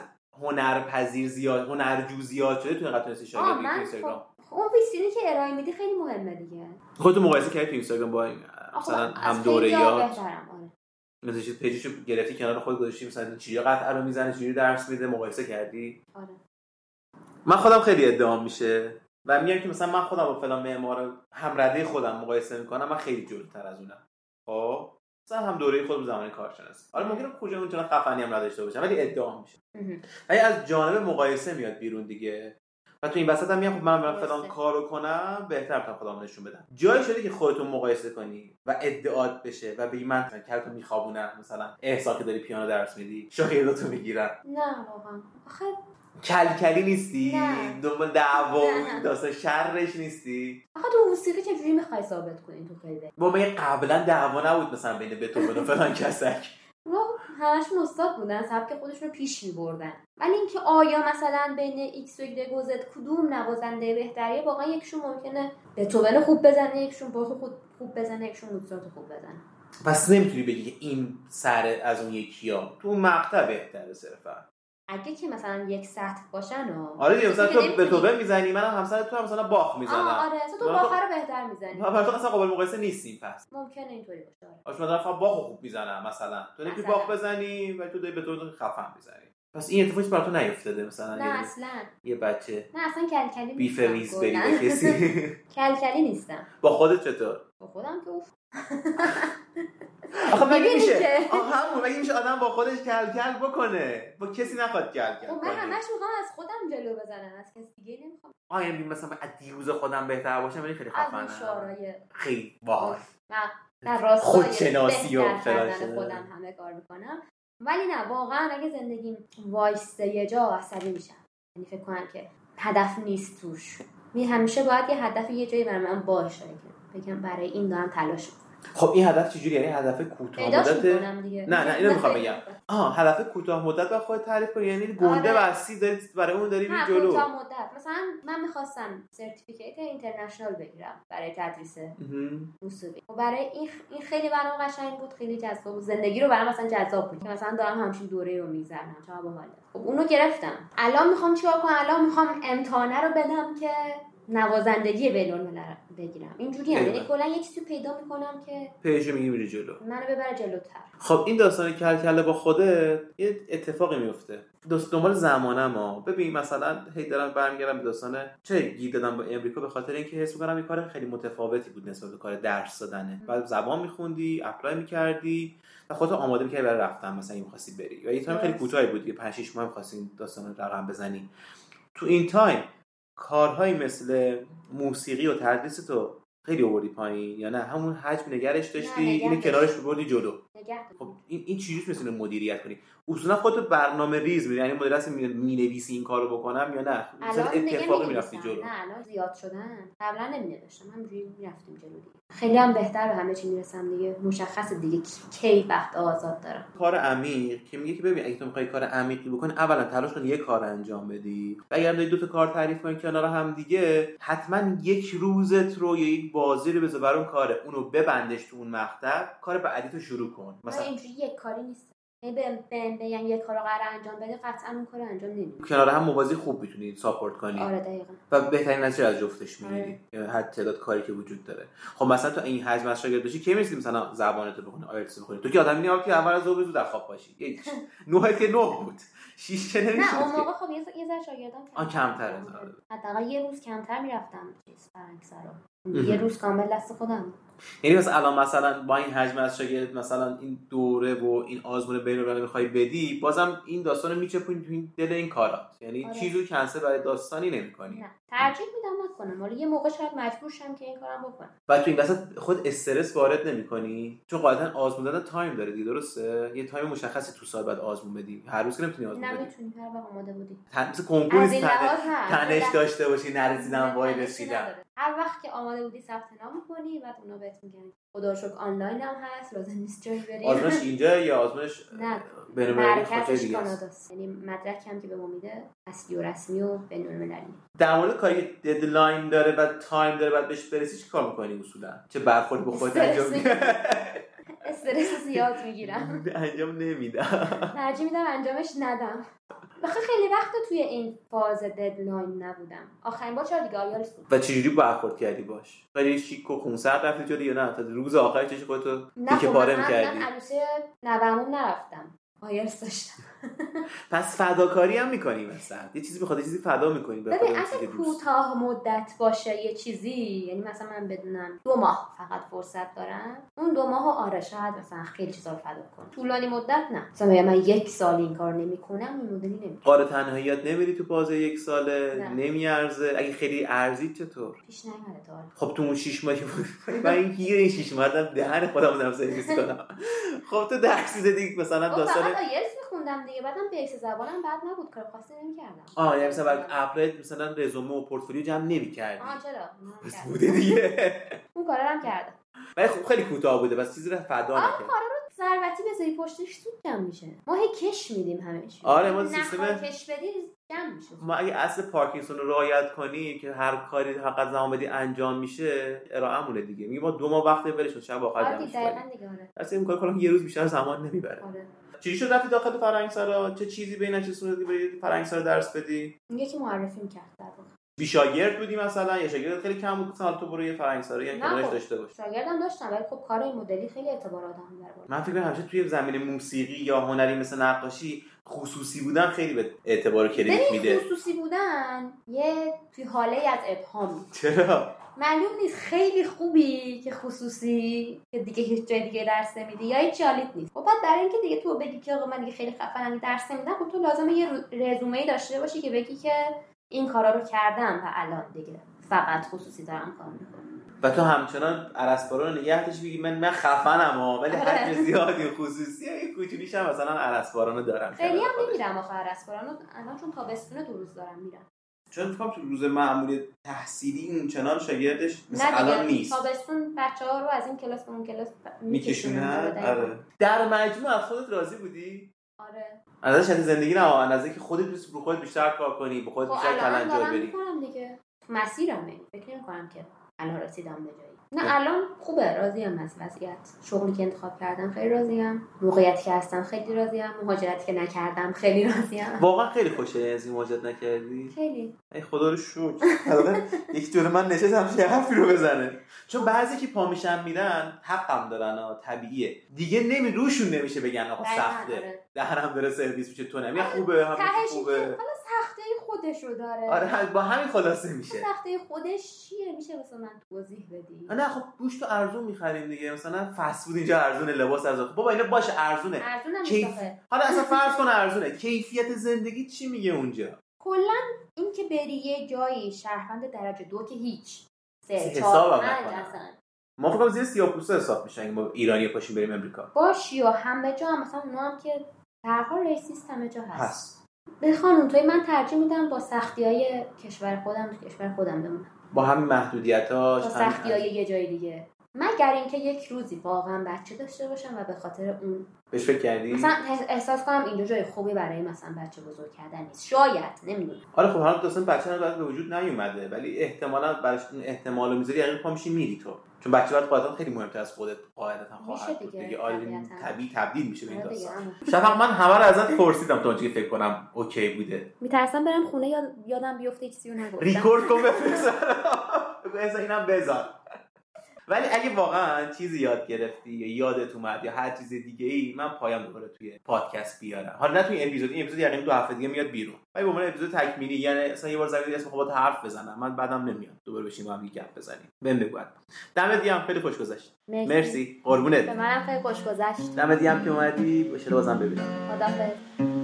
هنرپذیر زیاد هنرجو زیاد شده تو اینقدر تونستی شاگرد
آه
بگیری تو
من
اینستاگرام
خب اون ویترینی که ارائه میدی خیلی مهمه دیگه
خودتو مقایسه کردی تو اینستاگرام با این
آه، خب
مثلا
از
هم
خیلی
دوره
جا
یا
بهترم آره
مثلا چیز پیجشو گرفتی کنار خود گذاشتی مثلا چجوری قطعه رو میزنه چجوری درس میده مقایسه کردی
آره
من خودم خیلی ادعام میشه و میگم که مثلا من خودم با فلان معمار همرده خودم مقایسه میکنم من خیلی جلوتر از اونم خب مثلا هم دوره خودم زمان کارشناسی حالا ممکنه کجا اونجوری خفنی هم نداشته باشم ولی ادعام میشه
مهم.
ولی از جانب مقایسه میاد بیرون دیگه و تو این وسط هم میگم خب من برم فلان
درسته.
کارو کنم بهتر میتونم خودم نشون بدم جایی شده که خودتون مقایسه کنی و ادعات بشه و بگی من کلتو میخوابونم مثلا احسا که داری پیانو درس میدی شاگرداتو میگیرم
نه واقعا آخه
کلکلی نیستی
نه.
دنبال دعوا و
نه.
داستان شرش نیستی
آخه تو موسیقی چجوری میخوای ثابت کنی تو خیلی
با من قبلا دعوا نبود مثلا بین بتوون و فلان کسک
اونا همشون استاد بودن سبک خودشون رو پیش میبردن ولی اینکه آیا مثلا بین ایکس و ایگرگ و زد کدوم نوازنده بهتریه واقعا یکشون ممکنه به خوب بزنه یکشون باخ خوب خوب بزنه یکشون موزارت خوب بزنه
پس نمیتونی بگی که این سر از اون یکی ها تو اون مقطع بهتره صرفا
اگه که مثلا یک سطح باشن و
آره دیگه مثلا
چیزی که
تو به
نمی‌تونی.
توبه میزنی منم همسر تو هم مثلا باخ
آه
میزنم
آره اصلا تو
دارم
بافر رو بهتر میزنی
و برای تو اصلا قابل مقایسه نیستیم پس
ممکنه اینطوری باشه آره.
آش من دارم باخ رو خوب میزنم مثلا تو نمیتونی
مثلا.
باخ بزنی و تو داری به طور خفن بزنی پس این اتفاقی برای تو نیفتاده مثلا
نه
یه-
اصلا
یه بچه
نه اصلا کلکلی
بیف
نیستم
ریز بری
کلاً.
به کسی
کلکلی نیستم
با خودت چطور
با خودم که اوف
آخه مگه
می‌بینی
میشه
که-
آه همون مگه میشه آدم با خودش کل کل بکنه با کسی نخواد کل کل
خب من
کنه
همش میخوام از خودم جلو بزنم از کسی دیگه نمیخوام
آه یعنی مثلا من از دیروز خودم بهتر باشم ولی خیلی
از اون
خفنم
شعارهای
خیلی باحال
نه در راستای
خودشناسی و
بهتر
فلان
کردن
شدن.
خودم همه کار میکنم ولی نه واقعا اگه زندگیم وایسته یه جا عصبی میشم یعنی فکر کنم که هدف نیست توش می همیشه باید یه هدف یه جایی برای من باشه که بگم برای این دارم تلاش می‌کنم.
خب این هدف چجوری یعنی هدف کوتاه
پیداش
مدته
میکنم دیگه
نه، نه، اینو می‌خوام بگم.
خیلی-
آه هدف کوتاه مدت با خودت تعریف کنی یعنی گنده
آره.
بستی داری برای اون داری میری
نه
جلو
کوتاه خب، مدت مثلا من میخواستم سرتیفیکیت اینترنشنال بگیرم برای تدریس
مهم.
موسیقی و خب برای این, این خیلی برام قشنگ بود خیلی جذاب بود زندگی رو برام مثلا جذاب بود که مثلا دارم همچین دوره رو میگذرونم چه حال خب اونو گرفتم الان میخوام چیکار کنم الان میخوام امتحانه رو بدم که نوازندگی بین الملل رو بگیرم اینجوری هم یعنی
ایوه.
کلا یه چیزی پیدا میکنم که
پیشو میگی میری جلو
منو ببره جلوتر
خب این داستان کلکله با خوده یه اتفاقی میفته دوست دنبال زمانم ها ببین مثلا هی دارم برمیگردم به داستان چه گیر دادم با امریکا به خاطر اینکه حس میکنم این کار خیلی متفاوتی بود نسبت به کار درس دادنه بعد زبان میخوندی اپلای میکردی و خودت آماده میکردی برای رفتن مثلا این میخواستی بری و یه تایم خیلی
Yes.
کوتاهی بود یه 5 6 ماه می‌خواستی این داستان رو رقم بزنی تو این تایم کارهایی مثل موسیقی و تدریس تو خیلی آوردی پایین یا نه همون حجم نگرش داشتی
نگه
اینو
داشتم.
کنارش بردی جلو
نگه
خب
دارم.
این این چجوری میتونی مدیریت کنی اصولا خودت برنامه ریز میدی یعنی مدیر اصلا مینویسی این کارو بکنم یا نه مثلا
الان دیگه
اتفاقی میرفتی
می‌نویسم.
جلو
نه الان زیاد شدن قبلا نمینوشتم همینجوری میرفتیم جلو دیگه خیلی هم بهتر به همه چی میرسم دیگه مشخص دیگه کی- کی وقت آزاد دارم
کار عمیق که میگه که ببین اگه تو میخوای کار عمیقی بکنی اولا تلاش کن یه کار انجام بدی و اگر داری دو تا کار تعریف کنی کنار هم دیگه حتما یک روزت رو یا یک بازی رو بذار بر اون کاره اونو ببندش تو اون مقطع کار بعدی تو شروع کن
مثلا
مثلا
اینجوری یک کاری نیست یعنی به بهم بگن یک کار رو قرار انجام بده قطعا اون کار رو انجام نمیده
کنار هم موازی خوب میتونی ساپورت کنی
آره دقیقا
و بهترین نتیجه از جفتش
آره.
میگیری یعنی هر تعداد کاری که وجود داره خب مثلا تو این حجم از شاگرد باشی کی میرسی مثلا زبانتو بخونی آیلتس بخونی تو که آدمی نیام که اول از ظهر زود در خواب باشی یک نه که نه بود شیش که
نه اون
نمیشد
موقع خب یه ز- یه ذره شاگردان کمتر
آن کمتره،
بودن.
آره.
حداقل یه روز کمتر میرفتم چیز فرانکسرا
مهم.
یه روز کامل دست خودم بود.
یعنی مثلا الان مثلا با این حجم از شاگرد مثلا این دوره و این آزمون بین الملل میخوای بدی بازم این داستانو میچپونی تو این دل این کارات یعنی
آره.
چیزو کنسل برای داستانی نمیکنی
نه ترجیح میدم نکنم حالا یه موقع شاید مجبور شم که این کارم بکنم
و تو این وسط خود استرس وارد نمیکنی چون قاعدتا آزمون دادن تایم داره دیگه درسته یه تایم مشخصی تو سال بعد آزمون بدی هر روز که نمیتونی آزمون بدی
نمیتونی هر وقت آماده بودی
تن... مثل کنکور
از
آره، نیست
این
تنه-
لحاظ نه
تنش
نه،
داشته باشی نرسیدم
نه،
وای
تنشی
رسیدم
نداره. هر وقت که آماده بودی ثبت نام میکنی بعد اونا بهت میگن خدا رو شکر آنلاین هم هست لازم نیست جایی بری
آزمونش اینجا یا آزمونش
نه.
بین
مرکزش
دیگه است؟
کاناداست یعنی مدرکی هم که به ما میده اصلی و رسمی و بین المللی
در مورد کاری که ددلاین داره و تایم داره بعد بهش برسی چی کار میکنی اصولا چه برخوردی با خودت
استرس
انجام
استرس زیاد میگیرم
انجام نمیدم
ترجیح میدم انجامش ندم بخه خیلی وقت توی این فاز ددلاین نبودم آخرین بار چرا دیگه آیلتس بود
و چجوری برخورد کردی باش ولی شیک و خونسرد رفتی جلو یا نه تا روز آخر چش خودتو
نه
تیکه
خب،
پاره
مثلا
می‌کردی.
من عروسی نوه‌عموم نرفتم آیلتس داشتم
پس فداکاری هم میکنی مثلا یه چیزی بخواد یه چیزی فدا میکنی به خاطر
ببین
اون
اگه
چیز دوست
کوتاه مدت باشه یه چیزی یعنی مثلا من بدونم دو ماه فقط فرصت دارم اون دو ماه آره شاید مثلا خیلی چیزا رو فدا کنم طولانی مدت نه مثلا اگه من یک سال این کار نمیکنم این مدلی نمی
قاره تنهاییات نمیری تو بازه یک ساله
نه.
نمیارزه اگه خیلی ارزید چطور
پیش نیومده تا حالا
خب تو اون شیش ماهی بود من این گیر این شیش ماه دارم دهن خودم رو دارم سرویس کنم خب تو درسی زدی مثلا
خب،
داستان
فقط آیلتس میخوندم دیگه بعدم بیس زبانم بعد نبود کار خاصی نمیکردم
آه یعنی مثلا برای اپلای مثلا رزومه و پورتفولیو جمع نمیکردی
آه چرا نه،
پس
نکردم.
بوده دیگه
اون کارا رو هم کردم
ولی خب خیلی کوتاه بوده بس چیزی رو فدا
آه،
نکرد
ضربتی بذاری پشتش سود جمع میشه ما هی کش میدیم همش
آره، ما سیستم-
کش بدی جمع میشه
ما اگه اصل پارکینسون رو رعایت کنیم که هر کاری فقط زمان بدی انجام میشه ارائهمونه دیگه میگه ما دو ماه وقت برش کن شب آخر
آره
جمعش
دیگه،
کنیم
دقیقاً دیگه آره
اصلا این کار کلا یه روز بیشتر زمان نمیبره
آره
چجوری شد رفتی داخل فرهنگسرا چه چیزی بین چه سوندی بری فرهنگسرا درس بدی
یکی معرفی میکرد در واقع
بیشاگرد بودی مثلا یا شاگرد خیلی کم بود مثلا تو برو یه فرهنگسرا یا
نه
کنارش
خب.
داشته باش
شاگردم داشتم ولی خب کار این مدلی خیلی اعتبار آدم در بالا
من فکر کنم همیشه توی زمین موسیقی یا هنری مثل نقاشی خصوصی بودن خیلی به اعتبار و کردیت
ببین
میده
خصوصی بودن یه توی حاله از ابهامی
چرا
معلوم نیست خیلی خوبی که خصوصی که دیگه هیچ جای دیگه درس نمیدی یا هیچ جالب نیست خب بعد برای اینکه دیگه تو بگی که آقا من دیگه خیلی خفنم درس نمیدم خب تو لازمه یه رزومه داشته باشی که بگی که این کارا رو کردم و الان دیگه فقط خصوصی دارم کار میکنم
و تو همچنان ارسپارو رو نگه داشتی بگی من من خفنم ها ولی
آره.
حجم زیادی خصوصی ها یه کوچولیش هم مثلا ارسپارانو دارم
خیلی هم
کنار خودش.
نمیرم آخه پرانو الان چون تابستون دو روز دارم میرم
چون فکر کنم تو روز معمولی تحصیلی اون چنان شاگردش مثل
نه دیگه،
الان نیست
تابستون بچه ها رو از این کلاس به اون کلاس ب-
میکشونن
دقیقاً.
آره در مجموع از خودت راضی بودی
آره
ازش از زندگی نه آه. از اینکه خودت دوست رو خودت بیشتر کار کنی به خودت
خب
بیشتر
الان
کلنجار
دارم
بری
میکنم دیگه مسیرمه فکر نمی کنم که الان رسیدم به جایی
خب.
نه الان خوبه راضیم از وضعیت شغلی که انتخاب کردم خیلی راضیم موقعیتی که هستم خیلی راضیم مهاجرتی که نکردم خیلی راضیم
واقعا خیلی خوشه از این مواجهت نکردی
خیلی
ای خدا رو شکر الان یک جلو من نشست همش یه حرفی رو بزنه چون بعضی که پا میشن میرن حقم دارن ها طبیعیه دیگه نمی روشون نمیشه بگن آقا خب،
دقیقاً
سخته
آره.
دهنم داره سرویس میشه تو نمی خوبه همه
تهش
چی
اینه،
خوبه
حالا سخته خودش رو داره
آره با همین خلاصه میشه
سخته خودش چیه میشه واسه من توضیح بدی
نه خب گوشت رو ارزون میخریم دیگه مثلا فست فود اینجا ارزونه لباس ارزونه خب بابا اینا باشه ارزونه
ارزونم
کیف-
میشه
حالا اصلا فرض کن ارزونه کیفیت زندگی چی میگه اونجا
کلا اینکه بری یه جایی شهروند درجه دو که هیچ سه
حسابم
چهار پنج
نکنم.
اصلا
ما فکر کنم زیر سیاپوسه حساب میشن اگه ما ایرانی پاشیم بریم امریکا
باشی و همه جا هم مثلا اونا هم که در حال ریسیست همه جا هست,
هست
به خانم توی من ترجیح میدم با سختی های کشور خودم تو کشور خودم بمونم
با همین محدودیتاش
با
همین-
سختی های یه جای دیگه مگر اینکه یک روزی واقعا بچه داشته باشم و به خاطر اون
بهش فکر کردی
مثلا احس- احساس کنم اینجا جای خوبی برای مثلا بچه بزرگ کردن نیست شاید نمیدونم
آره خب حالا دوستان بچه هم بعد به وجود نیومده ولی احتمالا براش اون احتمال رو میذاری یعنی پا میشی میری تو چون بچه بعد قاعدتا خیلی مهمتر از خودت قاعدتا خواهد
میشه
بود
دیگه،
دیگه آره
طبیعتاً.
طبیعی تبدیل میشه به این
آره دیگه،
داستان
اما-
شفق من همه رو ازت پرسیدم تا اونجایی که فکر کنم اوکی بوده
میترسم برم خونه یا یادم بیفته هیچ چیزی رو نگفتم
ریکورد کن بفرست بذار اینم بذار ولی اگه واقعا چیزی یاد گرفتی یا یادت اومد یا هر چیز دیگه ای من پایم دوباره توی پادکست بیارم حالا نه توی این اپیزود این اپیزود یقین دو هفته دیگه میاد بیرون ولی به عنوان اپیزود تکمیلی یعنی اصلا یه بار زمین اسم خب باهات حرف بزنم من بعدم نمیاد دوباره بشیم با هم یه گپ بزنیم بهم بگو حتما. دمت گرم خیلی خوش گذشت مرسی
به
قربونت
منم خیلی خوش گذشت
دمت گرم که اومدی باشه بازم ببینم
خدافظ